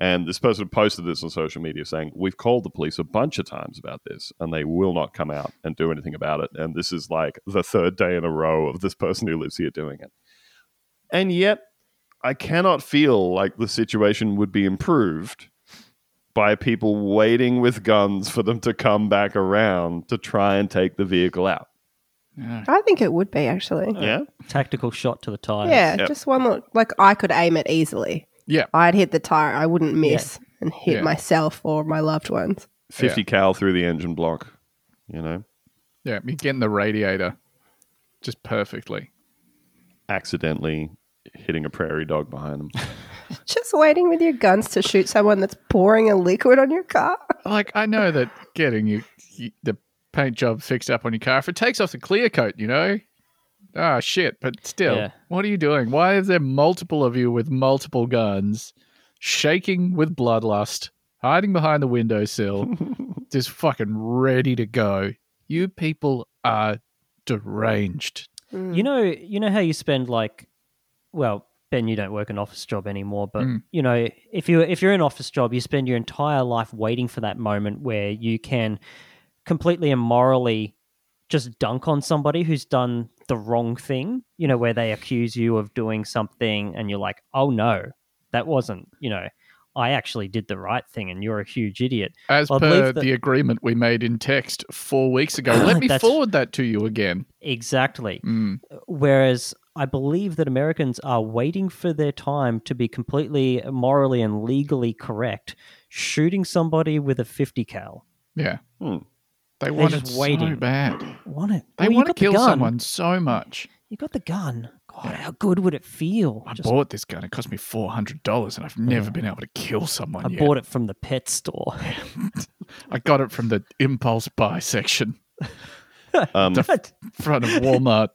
Speaker 4: And this person posted this on social media saying, We've called the police a bunch of times about this, and they will not come out and do anything about it. And this is like the third day in a row of this person who lives here doing it. And yet, I cannot feel like the situation would be improved by people waiting with guns for them to come back around to try and take the vehicle out.
Speaker 3: I think it would be actually.
Speaker 4: Yeah.
Speaker 1: Tactical shot to the tires.
Speaker 3: Yeah,
Speaker 4: Yep.
Speaker 3: just one look. Like I could aim it easily.
Speaker 2: Yeah,
Speaker 3: I'd hit the tire. I wouldn't miss and hit
Speaker 2: Yeah.
Speaker 3: myself or my loved ones.
Speaker 4: 50 cal through the engine block. You know,
Speaker 2: Yeah, you're getting the radiator just perfectly.
Speaker 4: accidentally hitting a prairie dog behind them.
Speaker 3: Just waiting with your guns to shoot someone that's pouring a liquid on your car.
Speaker 2: Like I know that getting you, you the paint job fixed up on your car if it takes off the clear coat, you know. Ah shit, but still.
Speaker 1: Yeah.
Speaker 2: What are you doing? Why is there multiple of you with multiple guns shaking with bloodlust, hiding behind
Speaker 1: [LAUGHS]
Speaker 2: the windowsill, just fucking ready to go? You people are deranged.
Speaker 1: You know, you know how you spend like, well, Ben, you don't work an office job anymore, but you know, if you if you're in an office job, you spend your entire life waiting for that moment where you can completely immorally just dunk on somebody who's done the wrong thing. You know, where they accuse you of doing something, and you're like, oh no, that wasn't. You know, I actually did the right thing, and you're a huge idiot.
Speaker 2: As
Speaker 1: Well, I believe
Speaker 2: per
Speaker 1: that-
Speaker 2: the agreement we made in text four weeks
Speaker 1: [CLEARS THROAT]
Speaker 2: ago. Let me
Speaker 1: That's-
Speaker 2: forward that to you again.
Speaker 1: Exactly.
Speaker 2: Mm.
Speaker 1: Whereas I believe that Americans are waiting for their time to be completely morally and legally correct, shooting somebody with a 50 cal.
Speaker 2: Yeah.
Speaker 4: Hmm.
Speaker 2: They want
Speaker 1: just
Speaker 2: it so
Speaker 1: waiting.
Speaker 2: bad.
Speaker 1: Want it?
Speaker 2: They
Speaker 1: Well, you
Speaker 2: want to
Speaker 1: got the
Speaker 2: kill
Speaker 1: gun.
Speaker 2: someone so much.
Speaker 1: You got the gun. God, how good would it feel?
Speaker 2: I
Speaker 1: Just-
Speaker 2: bought this gun. It cost me four hundred dollars, and I've never been able to kill someone
Speaker 1: I
Speaker 2: yet.
Speaker 1: bought it from the pet store. [LAUGHS]
Speaker 2: I got it from the impulse buy section, [LAUGHS]
Speaker 4: Um,
Speaker 2: the f- front of Walmart.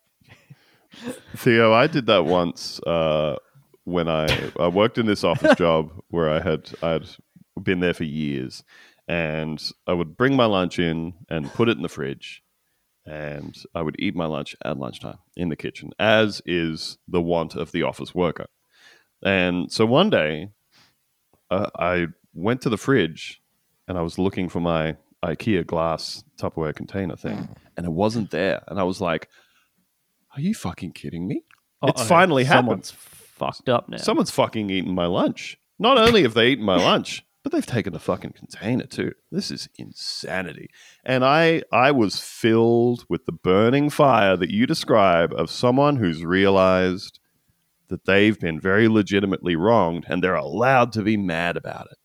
Speaker 4: Theo, I did that once uh, when I I worked in this office job where I had I'd been there for years, and I would bring my lunch in and put it in the fridge, and I would eat my lunch at lunchtime in the kitchen, as is the want of the office worker. And so one day, uh, I went to the fridge, and I was looking for my IKEA glass Tupperware container thing, and it wasn't there, and I was like. Are you fucking kidding me? It's
Speaker 1: Uh-oh,
Speaker 4: finally happened.
Speaker 1: Someone's fucked up now.
Speaker 4: Someone's fucking eaten my lunch. Not only have they eaten my lunch, but they've taken the fucking container too. This is insanity. And I I was filled with the burning fire that you describe of someone who's realized that they've been very legitimately wronged and they're allowed to be mad about it.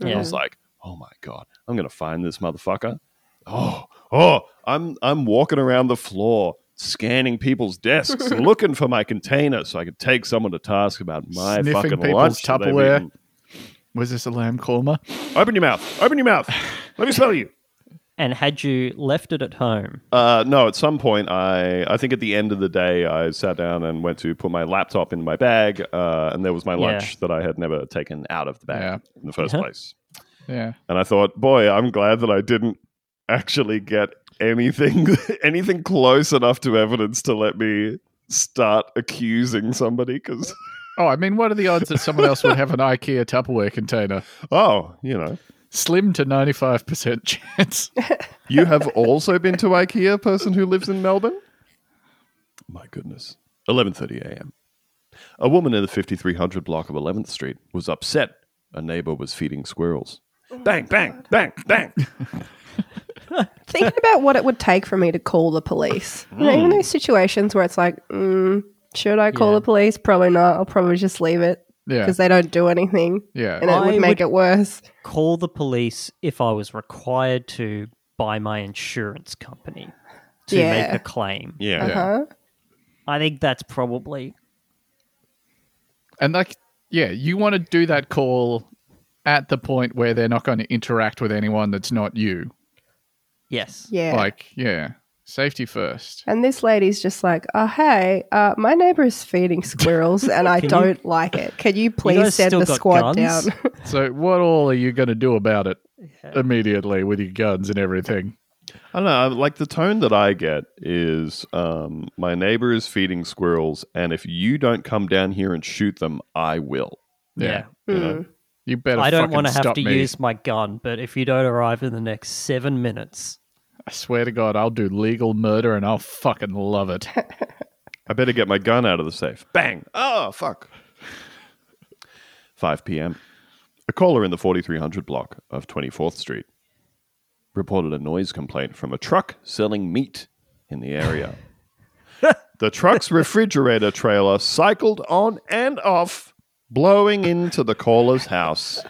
Speaker 4: And I
Speaker 1: Yeah.
Speaker 4: was like, oh my God, I'm gonna find this motherfucker. Oh, oh, I'm I'm walking around the floor scanning people's
Speaker 2: [LAUGHS]
Speaker 4: desks looking for my container so I could take someone to task about my
Speaker 2: Sniffing
Speaker 4: fucking
Speaker 2: people's
Speaker 4: lunch that they've
Speaker 2: Tupperware.
Speaker 4: eaten.
Speaker 2: Was this a lamb korma?
Speaker 4: Open your mouth. Open your mouth. Let me smell you.
Speaker 1: and had you left it at home,
Speaker 4: Uh, no, at some point, I I think at the end of the day, I sat down and went to put my laptop in my bag, uh, and there was my
Speaker 1: Yeah.
Speaker 4: lunch that I had never taken out of the bag
Speaker 2: Yeah. Uh-huh.
Speaker 4: in the 1st
Speaker 1: Yeah.
Speaker 4: place.
Speaker 2: Yeah.
Speaker 4: And I thought, boy, I'm glad that I didn't actually get anything [LAUGHS] anything close enough to evidence to let me start accusing somebody because
Speaker 2: Oh, I mean, what are the odds that someone else would have an IKEA Tupperware container?
Speaker 4: oh you know
Speaker 2: Slim to ninety-five percent [LAUGHS] chance.
Speaker 4: you [LAUGHS] have also been to ikea person who lives in melbourne my goodness 11.30 a.m a woman in the 5300 block of 11th street was upset a neighbor was feeding squirrels bang bang bang bang
Speaker 3: [LAUGHS] Thinking about what it would take for me to call the police. You know,
Speaker 1: Mm.
Speaker 3: even those situations where it's like, mm, should I call the police? Probably not. I'll probably just leave it
Speaker 2: Yeah.
Speaker 3: because they don't do anything.
Speaker 2: Yeah.
Speaker 3: And it
Speaker 1: I
Speaker 3: would make
Speaker 1: would-
Speaker 3: it worse.
Speaker 1: call the police if I was required to by my insurance company to
Speaker 3: Yeah.
Speaker 1: make a claim.
Speaker 4: yeah
Speaker 3: Huh?
Speaker 1: I think that's probably
Speaker 2: And like, yeah, you want to do that call at the point where they're not going to interact with anyone that's not you.
Speaker 1: yes.
Speaker 3: Yeah.
Speaker 2: Like, yeah, safety first.
Speaker 3: and this lady's just like, oh, hey, uh, my neighbor
Speaker 1: [LAUGHS]
Speaker 3: is feeding squirrels and I don't like it. Can you please
Speaker 1: guys
Speaker 3: send
Speaker 1: still
Speaker 3: the
Speaker 1: got
Speaker 3: squad
Speaker 1: guns?
Speaker 3: down? [LAUGHS]
Speaker 2: So, what all are you going to do about it immediately with your guns and everything?
Speaker 4: I don't know. I- Like the tone that I get is um, my neighbor is feeding squirrels, and if you don't come down here and shoot them, I will.
Speaker 1: Yeah.
Speaker 4: You know?
Speaker 2: You better.
Speaker 1: I don't
Speaker 2: want to
Speaker 1: have to
Speaker 2: me.
Speaker 1: use my gun, but if you don't arrive in the next seven minutes,
Speaker 2: I swear to God, I'll do legal murder and I'll fucking
Speaker 1: [LAUGHS]
Speaker 2: love it.
Speaker 4: I better get my gun out of the safe. Bang! Oh, fuck. 5 p.m. A caller in the 4300 block of 24th Street reported a noise complaint from a truck selling meat in the area. the truck's refrigerator trailer cycled on and off, blowing into the caller's house.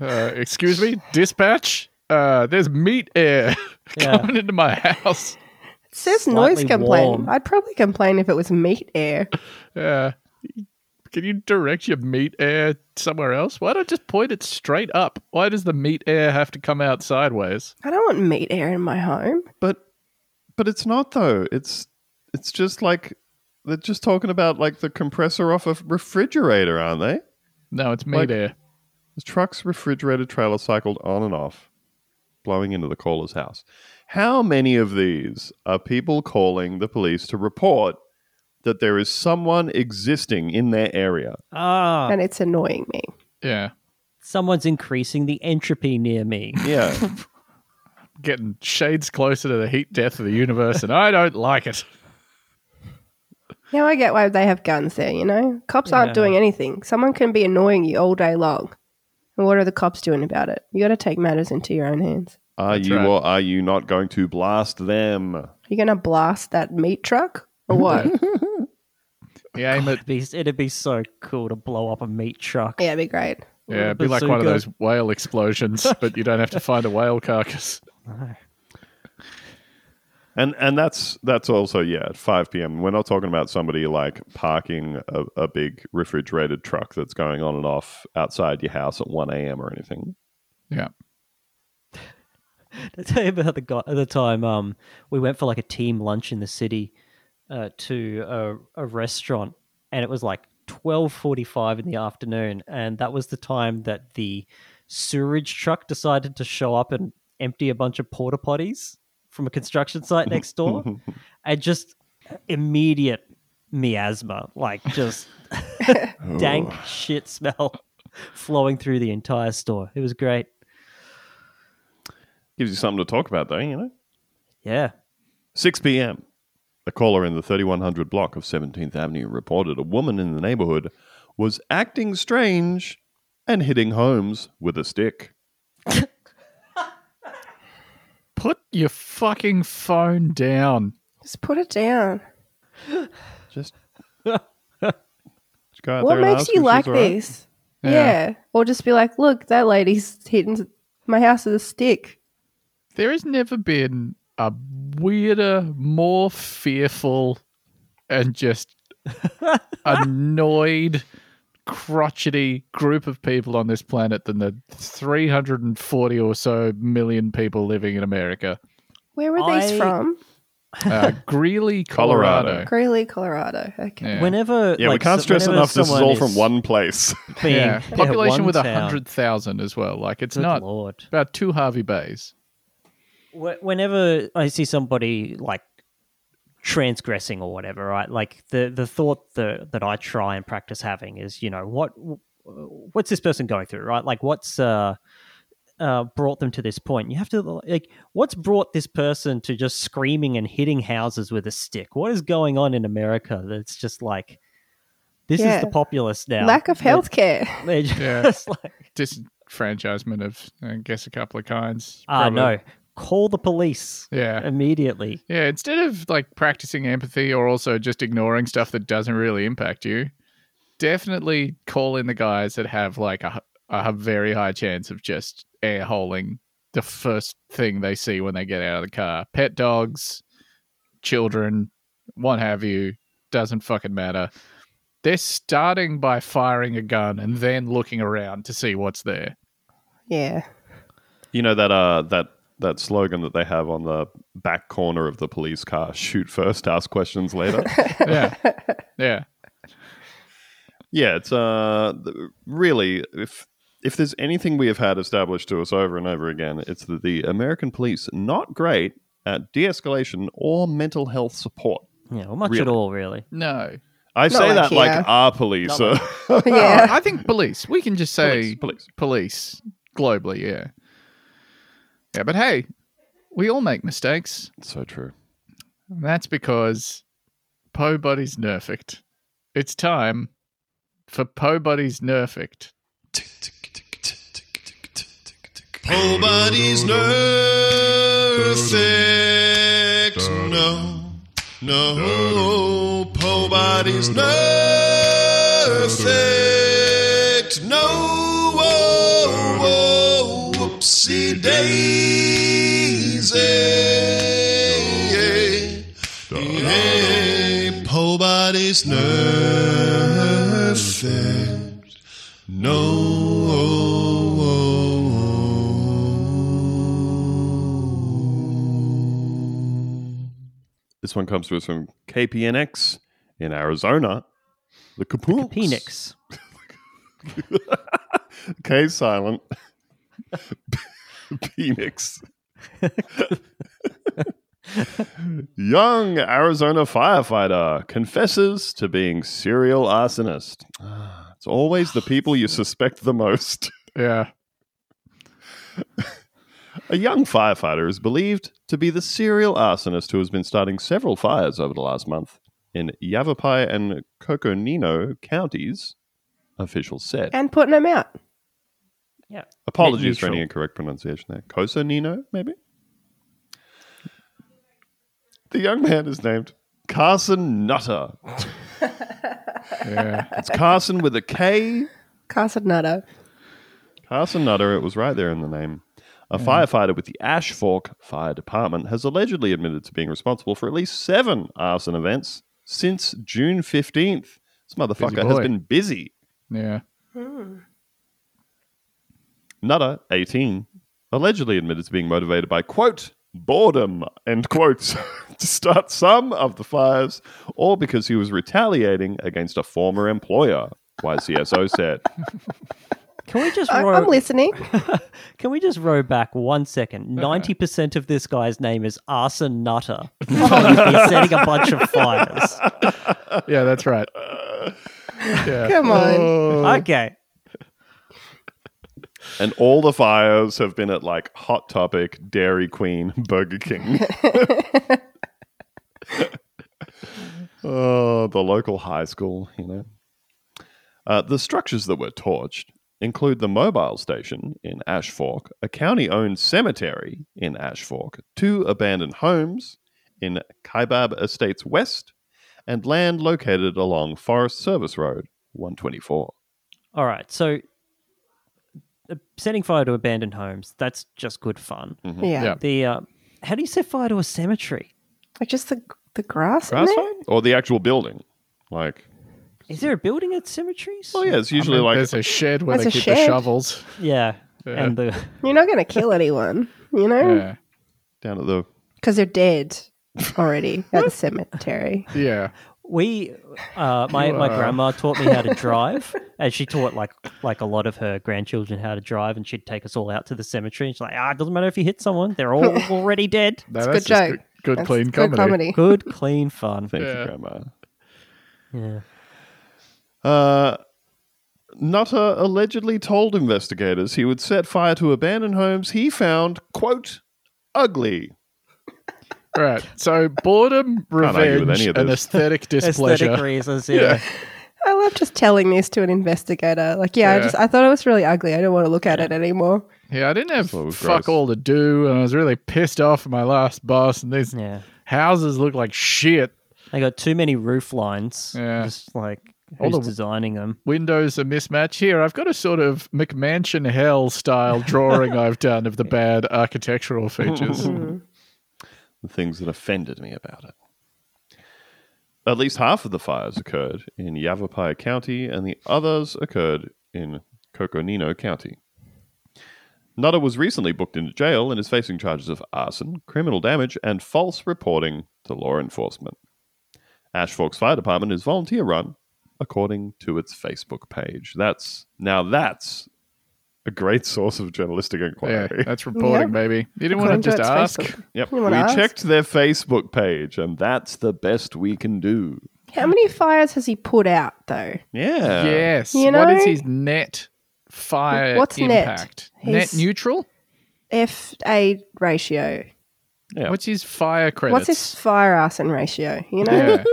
Speaker 2: Uh, excuse me, dispatch. uh, there's meat air [LAUGHS]
Speaker 1: Yeah.
Speaker 2: coming into my house.
Speaker 3: It says
Speaker 1: Slightly
Speaker 3: noise complaint.
Speaker 1: warm.
Speaker 3: I'd probably complain if it was meat air.
Speaker 2: Yeah. Uh, Can you direct your meat air somewhere else? Why not just point it straight up? Why does the meat air have to come out sideways?
Speaker 3: I don't want meat air in my home.
Speaker 4: But but it's not though. It's it's just like they're just talking about like the compressor off a refrigerator, aren't they?
Speaker 2: No, it's meat
Speaker 4: Like-
Speaker 2: air.
Speaker 4: The truck's refrigerated trailer cycled on and off, blowing into the caller's house. How many of these are people calling the police to report that there is someone existing in their area?
Speaker 1: Ah,
Speaker 3: and it's annoying me.
Speaker 2: Yeah.
Speaker 1: someone's increasing the entropy near me.
Speaker 2: [LAUGHS]
Speaker 4: Yeah.
Speaker 2: Getting shades closer to the heat death of the universe, and I don't like it.
Speaker 3: Now I get why they have guns there, you know? Cops
Speaker 1: Yeah.
Speaker 3: aren't doing anything. Someone can be annoying you all day long. And what are the cops doing about it? You got to take matters into your own hands.
Speaker 4: Are
Speaker 2: That's
Speaker 4: you
Speaker 2: right.
Speaker 4: or are you not going to blast them?
Speaker 3: You going to blast that meat truck or
Speaker 2: [LAUGHS]
Speaker 3: what?
Speaker 2: You
Speaker 1: [LAUGHS]
Speaker 2: aim it.
Speaker 1: It'd be, it'd be so cool to blow up a meat truck.
Speaker 3: yeah,
Speaker 1: [SIGHS]
Speaker 3: it'd be great.
Speaker 2: Yeah, it'd be like one of
Speaker 1: bazooka.
Speaker 2: those whale explosions, but you don't have to find a whale carcass.
Speaker 4: And and that's that's also yeah at five p.m. We're not talking about somebody like parking a, a big refrigerated truck that's going on and off outside your house at one a.m. or anything.
Speaker 2: Yeah.
Speaker 1: I tell you about the guy, the time um, we went for like a team lunch in the city uh, to a, a restaurant, and it was like twelve forty-five in the afternoon, and that was the time that the sewerage truck decided to show up and empty a bunch of porta potties from a construction site next door, and just immediate miasma, like just
Speaker 4: Oh.
Speaker 1: dank shit smell [LAUGHS] flowing through the entire store. It was great.
Speaker 4: Gives you something to talk about though, you know.
Speaker 1: Yeah.
Speaker 4: 6 p.m. A caller in the 3100 block of 17th Avenue reported a woman in the neighborhood was acting strange and hitting homes with a stick.
Speaker 2: Put your fucking phone down.
Speaker 3: Just put it down.
Speaker 4: Just, Just go out
Speaker 3: what
Speaker 4: there and
Speaker 3: makes
Speaker 4: ask
Speaker 3: you
Speaker 4: if
Speaker 3: like
Speaker 4: she's all right.
Speaker 3: this?
Speaker 2: Yeah.
Speaker 3: Yeah. Or just be like, look, that lady's hitting my house with a stick.
Speaker 2: There has never been a weirder, more fearful, and just annoyed, crotchety group of people on this planet than the 340 or so million people living in America.
Speaker 3: Where were these
Speaker 1: I-
Speaker 3: from?
Speaker 2: Uh, Greeley, Colorado.
Speaker 3: Greeley, Colorado. Okay.
Speaker 2: Yeah.
Speaker 1: Whenever
Speaker 4: Yeah, we
Speaker 1: like,
Speaker 4: can't
Speaker 1: so-
Speaker 4: stress
Speaker 1: whenever
Speaker 4: enough this is
Speaker 1: someone
Speaker 4: all from one place.
Speaker 1: being
Speaker 2: Yeah.
Speaker 1: yeah,
Speaker 2: Population
Speaker 1: one
Speaker 2: with a
Speaker 1: town.
Speaker 2: 100,000 as well. Like, it's
Speaker 1: Good
Speaker 2: not
Speaker 1: lord.
Speaker 2: about two Harvey Bays.
Speaker 1: Wh- Whenever I see somebody like transgressing or whatever, right? Like the the thought that that I try and practice having is, you know, what what's this person going through, right? Like what's uh uh, brought them to this point. You have to like, what's brought this person to just screaming and hitting houses with a stick? What is going on in America that's just like, this is
Speaker 3: Yeah.
Speaker 1: the populace now.
Speaker 3: Lack of
Speaker 1: They're-
Speaker 3: healthcare. [LAUGHS]
Speaker 1: [LAUGHS] They're
Speaker 2: Yeah.
Speaker 1: just like,
Speaker 2: Disenfranchisement of, I guess, a couple of kinds.
Speaker 1: Ah,
Speaker 2: probably.
Speaker 1: no. Call the police
Speaker 2: Yeah.
Speaker 1: immediately.
Speaker 2: Yeah, instead of like practicing empathy or also just ignoring stuff that doesn't really impact you, definitely call in the guys that have like a, a very high chance of just air holing the first thing they see when they get out of the car. Pet dogs, children, what have you, doesn't fucking matter. They're starting by firing a gun and then looking around to see what's there.
Speaker 3: Yeah.
Speaker 4: You know that uh that that slogan that they have on the back corner of the police car, shoot first, ask questions
Speaker 3: [LAUGHS]
Speaker 4: later.
Speaker 2: Yeah. yeah.
Speaker 4: yeah, it's uh th- really if if there's anything we have had established to us over and over again, it's that the American police not great at de-escalation or mental health support.
Speaker 1: Yeah, well, much at
Speaker 4: Really.
Speaker 1: all, really.
Speaker 2: No.
Speaker 4: I say
Speaker 3: like
Speaker 4: that
Speaker 3: here.
Speaker 4: like our police.
Speaker 1: Not
Speaker 4: are- [LAUGHS]
Speaker 3: yeah.
Speaker 2: I think police. We can just say
Speaker 4: Police, police.
Speaker 2: police globally, yeah. Yeah, but hey, we all make mistakes.
Speaker 4: so true.
Speaker 2: And that's because Po Buddy's nerfect. It's time for Po Buddy's nerfect.
Speaker 9: Nobody's perfect. No, no. Nobody's perfect. No. Whoa, whoa, whoops. Dipsy Daisy. Hey, Pobody's nerfed. No.
Speaker 4: This one comes to us from KPNX in Arizona. The Kapunks.
Speaker 1: Penix.
Speaker 4: K is silent. [LAUGHS] Penix. Young Arizona firefighter confesses to being serial arsonist. Ah, It's always the people you suspect the most. [LAUGHS]
Speaker 2: Yeah.
Speaker 4: A young firefighter is believed to be the serial arsonist who has been starting several fires over the last month in Yavapai and Coconino counties, officials said.
Speaker 3: and putting them out.
Speaker 1: Yeah.
Speaker 4: Apologies for
Speaker 2: neutral.
Speaker 4: any incorrect pronunciation there. Coconino, maybe? The young man is named Carson Nutter.
Speaker 2: Yeah.
Speaker 3: [LAUGHS]
Speaker 2: [LAUGHS]
Speaker 4: It's Carson with a K,
Speaker 3: Casadnado.
Speaker 4: Carson Nutter, it was right there in the name. A firefighter with the Ash Fork Fire Department has allegedly admitted to being responsible for at least seven arson events since June 15th. This motherfucker has
Speaker 2: boy.
Speaker 4: been busy.
Speaker 2: Yeah.
Speaker 4: Nutter, 18, allegedly admitted to being motivated by, quote, boredom, end quotes, [LAUGHS] to start some of the fires, or because he was retaliating against a former employer, YCSO said.
Speaker 1: Can we just
Speaker 3: I-
Speaker 1: row,
Speaker 3: I'm listening.
Speaker 1: can we just row back one second? Ninety percent of this guy's name is Arson Nutter. He's setting a bunch of fires.
Speaker 2: Yeah,
Speaker 3: [LAUGHS]
Speaker 2: that's right.
Speaker 3: Come on.
Speaker 4: Oh.
Speaker 1: Okay.
Speaker 4: And all the fires have been at like Hot Topic, Dairy Queen, Burger King. oh, the local high school, you know. Uh, the structures that were torched include the mobile station in Ash Fork, a county owned cemetery in Ash Fork, two abandoned homes in Kaibab Estates West, and land located along Forest Service Road 124.
Speaker 1: All right. So uh, setting fire to abandoned homes, that's just good fun.
Speaker 3: Yeah.
Speaker 2: Yeah.
Speaker 1: The uh, how do you set fire to a cemetery?
Speaker 3: Like just the the grass. in
Speaker 4: Grass
Speaker 3: there?
Speaker 4: fire? Or the actual building? Like.
Speaker 1: Is there a building at cemeteries?
Speaker 4: Oh yeah, it's usually
Speaker 2: Like,
Speaker 4: like
Speaker 2: There's a shed where
Speaker 3: There's
Speaker 2: they
Speaker 3: a
Speaker 2: keep the
Speaker 3: shed.
Speaker 2: shovels.
Speaker 1: Yeah. And the
Speaker 3: You're not going to kill anyone, you know,
Speaker 2: Yeah.
Speaker 4: down at the
Speaker 3: because they're dead already at the cemetery.
Speaker 2: Yeah.
Speaker 1: we uh, my, my
Speaker 2: Wow.
Speaker 1: grandma taught me
Speaker 2: [LAUGHS]
Speaker 1: how to drive and she taught like like a lot of her grandchildren how to drive and she'd take us all out to the cemetery and she's like ah it doesn't matter if you hit someone they're
Speaker 2: [LAUGHS]
Speaker 1: all already dead
Speaker 2: No,
Speaker 3: It's a
Speaker 2: that's
Speaker 3: good
Speaker 2: just
Speaker 3: joke.
Speaker 2: Good,
Speaker 3: That's
Speaker 2: clean
Speaker 3: good
Speaker 2: comedy.
Speaker 3: comedy.
Speaker 1: good clean fun
Speaker 4: thank
Speaker 2: Yeah.
Speaker 4: you, Grandma.
Speaker 1: yeah
Speaker 4: Uh, Nutter allegedly told investigators he would set fire to abandoned homes he found quote ugly.
Speaker 2: Right. So
Speaker 4: [LAUGHS]
Speaker 2: boredom,
Speaker 4: argue with
Speaker 2: revenge,
Speaker 4: any of
Speaker 2: and
Speaker 4: this.
Speaker 3: [LAUGHS]
Speaker 2: aesthetic
Speaker 1: aesthetic
Speaker 2: displeasure.
Speaker 1: reasons
Speaker 2: [LAUGHS]
Speaker 1: yeah,
Speaker 3: I love just telling this to an investigator. Like, yeah, I
Speaker 2: Yeah.
Speaker 3: just I thought it was really ugly. I don't want to look at it anymore.
Speaker 2: Yeah, I didn't have
Speaker 4: what
Speaker 2: fuck
Speaker 4: was gross.
Speaker 2: all to do, and I was really pissed off at my last boss. And these
Speaker 1: Yeah.
Speaker 2: houses look like shit.
Speaker 1: they got too many roof lines
Speaker 2: Yeah.
Speaker 1: just like
Speaker 2: All
Speaker 1: who's
Speaker 2: the-
Speaker 1: designing them
Speaker 2: Windows a mismatch. Here, I've got a sort of McMansion hell style
Speaker 4: [LAUGHS]
Speaker 2: drawing I've done of the bad
Speaker 3: [LAUGHS]
Speaker 2: architectural features.
Speaker 4: The things that offended me about it. At least half of the fires occurred in Yavapai County, and the others occurred in Coconino County. Nutter was recently booked into jail and is facing charges of arson, criminal damage, and false reporting to law enforcement. Ash Forks Fire Department is volunteer run, according to its Facebook page. That's now that's a great source of journalistic
Speaker 2: yeah,
Speaker 4: inquiry.
Speaker 2: that's reporting,
Speaker 3: Yeah.
Speaker 2: baby. You didn't want to
Speaker 3: According
Speaker 2: just
Speaker 3: to its
Speaker 2: ask.
Speaker 3: Facebook.
Speaker 4: Yep.
Speaker 3: You
Speaker 4: We
Speaker 3: wanna ask?
Speaker 4: checked their Facebook page, and that's the best we can do.
Speaker 3: How many fires has he put out though?
Speaker 4: Yeah.
Speaker 2: Yes.
Speaker 3: You
Speaker 2: what
Speaker 3: know-
Speaker 2: is his net fire
Speaker 3: What's net?
Speaker 2: impact?
Speaker 3: He's-
Speaker 2: Net neutral?
Speaker 3: F A ratio.
Speaker 4: Yeah.
Speaker 2: What's his fire credits?
Speaker 3: What's his fire arson ratio? You know.
Speaker 2: Yeah.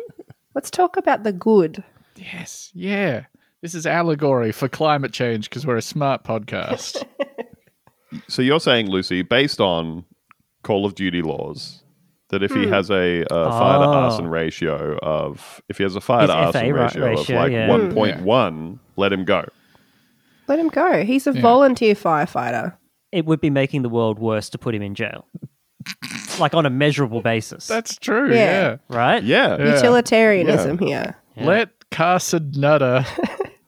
Speaker 3: [LAUGHS] Let's talk about the good.
Speaker 2: yes. Yeah. This is allegory for climate change because we're a smart
Speaker 3: [LAUGHS]
Speaker 2: podcast.
Speaker 4: So you're saying, Lucy, based on Call of Duty laws, that if he has a uh, fire to
Speaker 1: Oh.
Speaker 4: arson ratio of, if he has a fire
Speaker 1: His
Speaker 4: to arson
Speaker 1: FA ra-
Speaker 4: ratio,
Speaker 1: ratio,
Speaker 4: of like
Speaker 1: yeah.
Speaker 4: 1.1, let him go.
Speaker 3: Let him go. He's a volunteer firefighter.
Speaker 1: it would be making the world worse to put him in
Speaker 2: [LAUGHS]
Speaker 1: jail, like on a measurable basis,
Speaker 2: That's true.
Speaker 3: Yeah.
Speaker 2: Yeah.
Speaker 1: right?
Speaker 4: Yeah.
Speaker 3: Utilitarianism here.
Speaker 2: Let Carson Nutter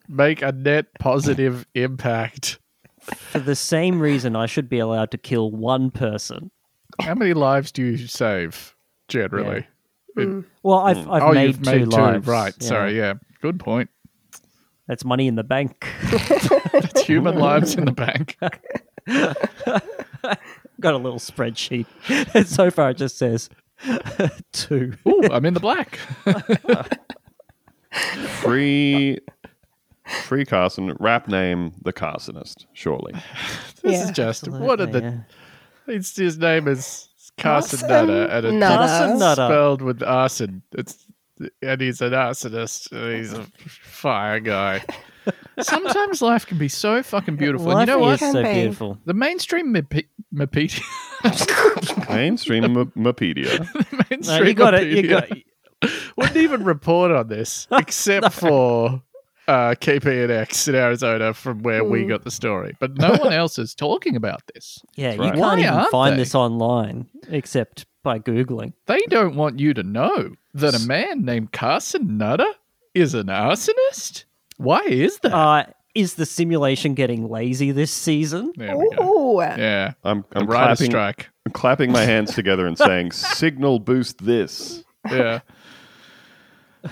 Speaker 2: make a net positive impact.
Speaker 1: For the same reason, I should be allowed to kill one person.
Speaker 2: How many lives do you save generally?
Speaker 1: Well, I've, I've
Speaker 2: oh,
Speaker 1: made,
Speaker 2: you've
Speaker 1: two
Speaker 2: made two.
Speaker 1: lives.
Speaker 2: Right.
Speaker 1: Yeah.
Speaker 2: Sorry. Yeah. Good point.
Speaker 1: That's money in the bank. [LAUGHS]
Speaker 2: It's human lives in the bank.
Speaker 1: Got a little spreadsheet. [LAUGHS] and so far, it just says [LAUGHS] two.
Speaker 2: Ooh, I'm in
Speaker 3: [LAUGHS]
Speaker 2: the black.
Speaker 4: Free free Carson. Rap name the Carsonist, surely.
Speaker 2: This
Speaker 3: Yeah.
Speaker 2: is just what are the?
Speaker 1: Yeah.
Speaker 2: It's, his name is Carson
Speaker 3: Carson
Speaker 2: Nutter, and it's
Speaker 3: Nutter.
Speaker 1: Carson Nutter.
Speaker 2: spelled with arson. It's and he's an arsonist. And he's a fire
Speaker 1: [LAUGHS]
Speaker 2: guy. Sometimes life can be so fucking beautiful.
Speaker 1: Life
Speaker 2: and you know what?
Speaker 1: is so
Speaker 3: Campaign.
Speaker 1: beautiful.
Speaker 2: The mainstream Mepe- [LAUGHS] Mepedia.
Speaker 4: Mainstream M- Mapedia.
Speaker 1: No, you got it. You
Speaker 2: Mepedia
Speaker 1: got
Speaker 2: Wouldn't even report
Speaker 1: [LAUGHS]
Speaker 2: on this, except for uh, KPNX in Arizona, from where
Speaker 1: Hmm.
Speaker 2: we got the story. But no one else is talking about this.
Speaker 1: Yeah, you
Speaker 4: right.
Speaker 1: can't
Speaker 2: Why
Speaker 1: even
Speaker 2: aren't
Speaker 1: find
Speaker 2: they?
Speaker 1: this online except by googling.
Speaker 2: They don't want you to know that a man named Carson Nutter is an arsonist. Why is that?
Speaker 1: Uh, is the simulation getting lazy this season?
Speaker 2: there we go.
Speaker 3: Ooh.
Speaker 2: Yeah,
Speaker 4: I'm,
Speaker 2: the
Speaker 4: I'm
Speaker 2: writer's
Speaker 4: clapping,
Speaker 2: strike.
Speaker 4: I'm clapping my hands together and saying, [LAUGHS] signal boost this.
Speaker 2: Yeah.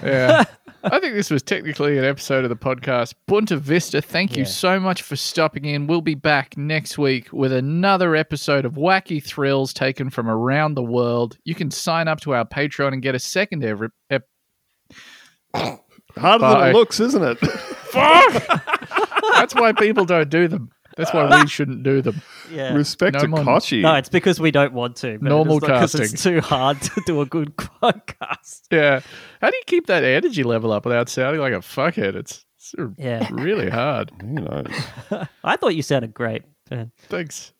Speaker 2: Yeah. I think this was technically an episode of the podcast. Bunta Vista, thank you so much for stopping in. We'll be back next week with another episode of wacky thrills taken from around the world. You can sign up to our Patreon and get a second every ep-
Speaker 4: Harder than
Speaker 2: Bye.
Speaker 4: it looks, isn't it?
Speaker 2: That's why people don't do them. That's why we shouldn't do them.
Speaker 1: Yeah.
Speaker 4: Respect
Speaker 2: No
Speaker 4: to
Speaker 2: mon-
Speaker 4: Kochi.
Speaker 1: No, it's because we don't want to. But
Speaker 2: Normal
Speaker 1: it's not 'cause It's
Speaker 2: casting.
Speaker 1: too hard to do a good [LAUGHS] podcast.
Speaker 2: Yeah. How do you keep that energy level up without sounding like a fuckhead? It's, it's
Speaker 1: Yeah.
Speaker 2: really hard.
Speaker 4: you know,
Speaker 1: I thought you sounded great. Uh,
Speaker 2: Thanks.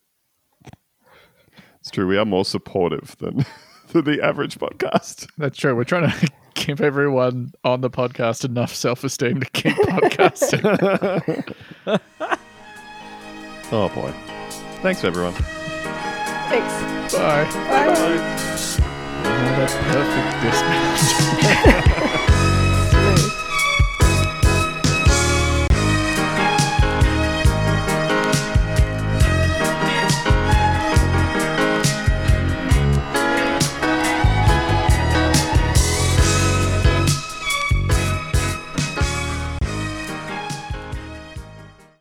Speaker 4: it's true. We are more supportive than, [LAUGHS] than the average podcast.
Speaker 2: That's true. We're trying to [LAUGHS] give everyone on the podcast enough self esteem to keep [LAUGHS] podcasting.
Speaker 4: Oh, boy. Thanks, everyone.
Speaker 3: Thanks.
Speaker 2: Bye.
Speaker 3: Bye.
Speaker 2: Perfect dismount.